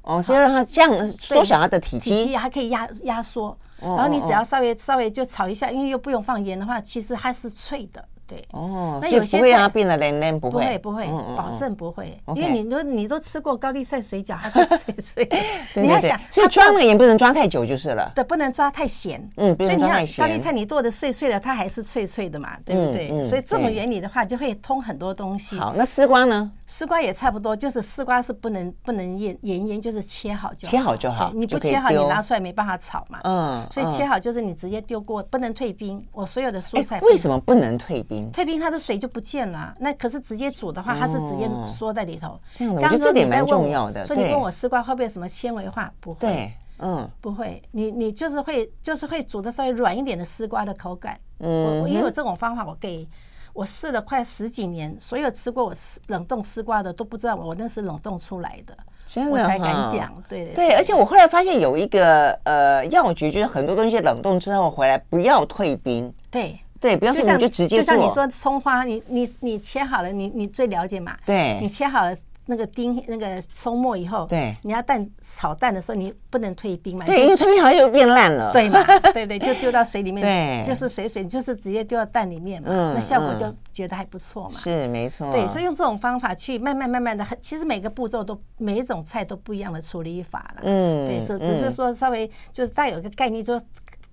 S1: 哦，是要让它降缩小它的体
S2: 体
S1: 积
S2: 积还可以压压缩，
S1: 哦
S2: 然后你
S1: 哦
S2: 只要稍微稍微就炒一下，因为又不用放盐的话，其实它是脆的，对。
S1: 哦，
S2: 那
S1: 所以
S2: 有些
S1: 不会让它
S2: 菜
S1: 变得黏黏，不
S2: 不
S1: 会
S2: 会不会，保。证不会，
S1: OK，
S2: 因为你都你都吃过高丽菜水饺，它是脆脆的
S1: 对
S2: 你
S1: 对
S2: 要
S1: 对
S2: 想，，
S1: 所以
S2: 它
S1: 抓那
S2: 做
S1: 个盐不能抓太久就是了。
S2: 的不能抓太咸，
S1: 嗯不能
S2: 所以你
S1: 抓
S2: 要
S1: 太咸
S2: 高丽菜你剁的碎碎的，它还是脆脆的嘛，对不
S1: 嗯嗯
S2: 对？所以这种
S1: 对
S2: 原理的话，就会通很多东西。
S1: 好，那丝瓜呢？
S2: 丝瓜也差不多，就是丝瓜是不能不能腌盐腌，就是切好就
S1: 切好就好
S2: 对你
S1: 就
S2: 不
S1: 可以
S2: 切好你
S1: 丢
S2: 拿出来没办法炒嘛，
S1: 嗯
S2: 所以
S1: 嗯
S2: 切好就是你直接丢锅，不能退冰。我所有的蔬菜
S1: 哎，为
S2: 么？
S1: 什么不能退冰？
S2: 退冰它的水就不见了啊、那可是直接煮的话，它是直接
S1: 哦
S2: 缩在里头。
S1: 这样的，我
S2: 刚
S1: 觉
S2: 刚
S1: 得
S2: 说
S1: 这点
S2: 你在
S1: 蛮
S2: 问
S1: 重
S2: 我
S1: 要的。
S2: 所以你
S1: 对
S2: 问我丝瓜会不会有什么纤维化？不会，
S1: 对，嗯，
S2: 不会。你你就是会就是会煮的稍微软一点的丝瓜的口感。
S1: 嗯
S2: 我我也有这种方法，我给我试了快十几年，所有吃过我丝冷冻丝瓜的都不知道我那是冷冻出来的，
S1: 真
S2: 我
S1: 的
S2: 才
S1: 哈
S2: 敢讲。对
S1: 对，而且我后来发现有一个呃药局，就是很多东西冷冻之后回来不要退冰，
S2: 对。
S1: 对，不要退
S2: 就
S1: 冰
S2: 像
S1: 就直接
S2: 就像你
S1: 做。
S2: 说葱花，你你你切好了，你你最了解嘛？你
S1: 对，
S2: 切好了那个丁那个葱末以后，
S1: 对
S2: 你要蛋炒蛋的时候，你不能退冰嘛？
S1: 对，
S2: 你
S1: 因
S2: 就
S1: 为退冰好像就变烂了。
S2: 对嘛？对对，就丢到水里面，
S1: 对
S2: 就是水水，你就是直接丢到蛋里面嘛，
S1: 嗯
S2: 那效果
S1: 嗯
S2: 就觉得还不错嘛。
S1: 是没错。
S2: 对，所以用这种方法去慢慢慢慢的，很其实每个步骤都每一种菜都不一样的处理法了。
S1: 嗯
S2: 对，是
S1: 嗯
S2: 只是说稍微就是带有一个概念，就是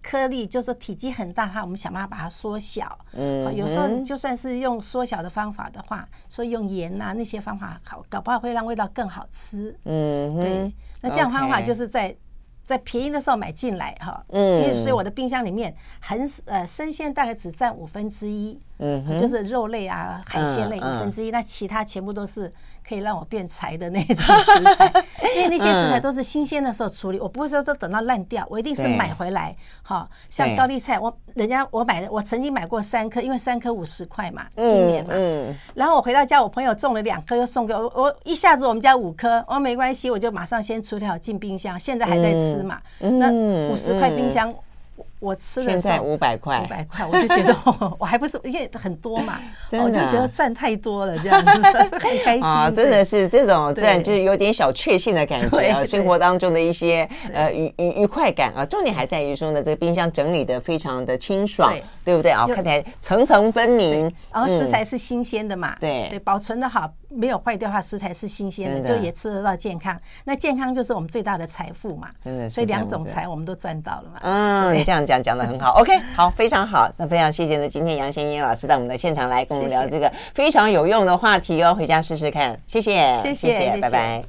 S2: 颗粒就是说体积很大，它我们想办法把它缩小。
S1: 嗯
S2: 好
S1: 哼
S2: 有时候就算是用缩小的方法的话，说用盐呐、那些方法，搞搞不好会让味道更好吃。
S1: 嗯
S2: 对
S1: 哼，，
S2: 那这样方法
S1: OK
S2: 就是在。在便宜的时候买进来哈，
S1: 嗯
S2: 因为所以我的冰箱里面很呃生鲜大概只占五分之一，
S1: 嗯哼，
S2: 就是肉类啊、海鲜类五
S1: 嗯
S2: 分之一，那其他全部都是可以让我变柴的那种食材， 因为那些食材都是新鲜的时候处理，我不会说都等到烂掉，我一定是
S1: 对
S2: 买回来。好，像
S1: 对
S2: 高丽菜，我人家我买了，我曾经买过三颗，因为三颗五十块嘛，今年
S1: 嗯
S2: 嘛，
S1: 嗯，
S2: 然后我回到家，我朋友种了两颗，又送给我。我我一下子我们家五颗，我、哦、没关系，我就马上先处理好进冰箱，现在还在吃嘛。
S1: 嗯
S2: 那
S1: 嗯
S2: 五十块冰箱，我我吃
S1: 现
S2: 的时
S1: 在
S2: 候
S1: 五百块
S2: 五，百块，我就觉得 我我还不是因为很多 嘛，哦
S1: 真的啊
S2: 我就觉得赚太多了这样子，很开 心。
S1: 啊，真
S2: 对
S1: 的是这种，自然
S2: 对
S1: 就是有点小确幸的感觉
S2: 对
S1: 啊，
S2: 对
S1: 生活当中的一些呃愉愉愉快感啊。重点还在于说呢，这个冰箱整理的非常的清爽
S2: 对，
S1: 对不对啊？
S2: 就
S1: 看起来层层分明，
S2: 然后食
S1: 嗯
S2: 材是新鲜的嘛，
S1: 对
S2: 对，保存的好，没有坏掉的话，食材是新鲜
S1: 真
S2: 的，
S1: 的啊
S2: 就也吃得到健康。那健康就是我们最大的财富嘛，
S1: 真的是
S2: 所以
S1: 这样
S2: 两种
S1: 子
S2: 财我们都赚到了嘛。
S1: 嗯，你这样讲讲的很好。OK，好，非常好。那非常谢谢呢，今天杨贤英老师到我们的现场来跟我们
S2: 谢谢
S1: 聊这个非常有用的话题哦，回家试试看。谢谢，
S2: 谢谢谢谢
S1: 拜拜。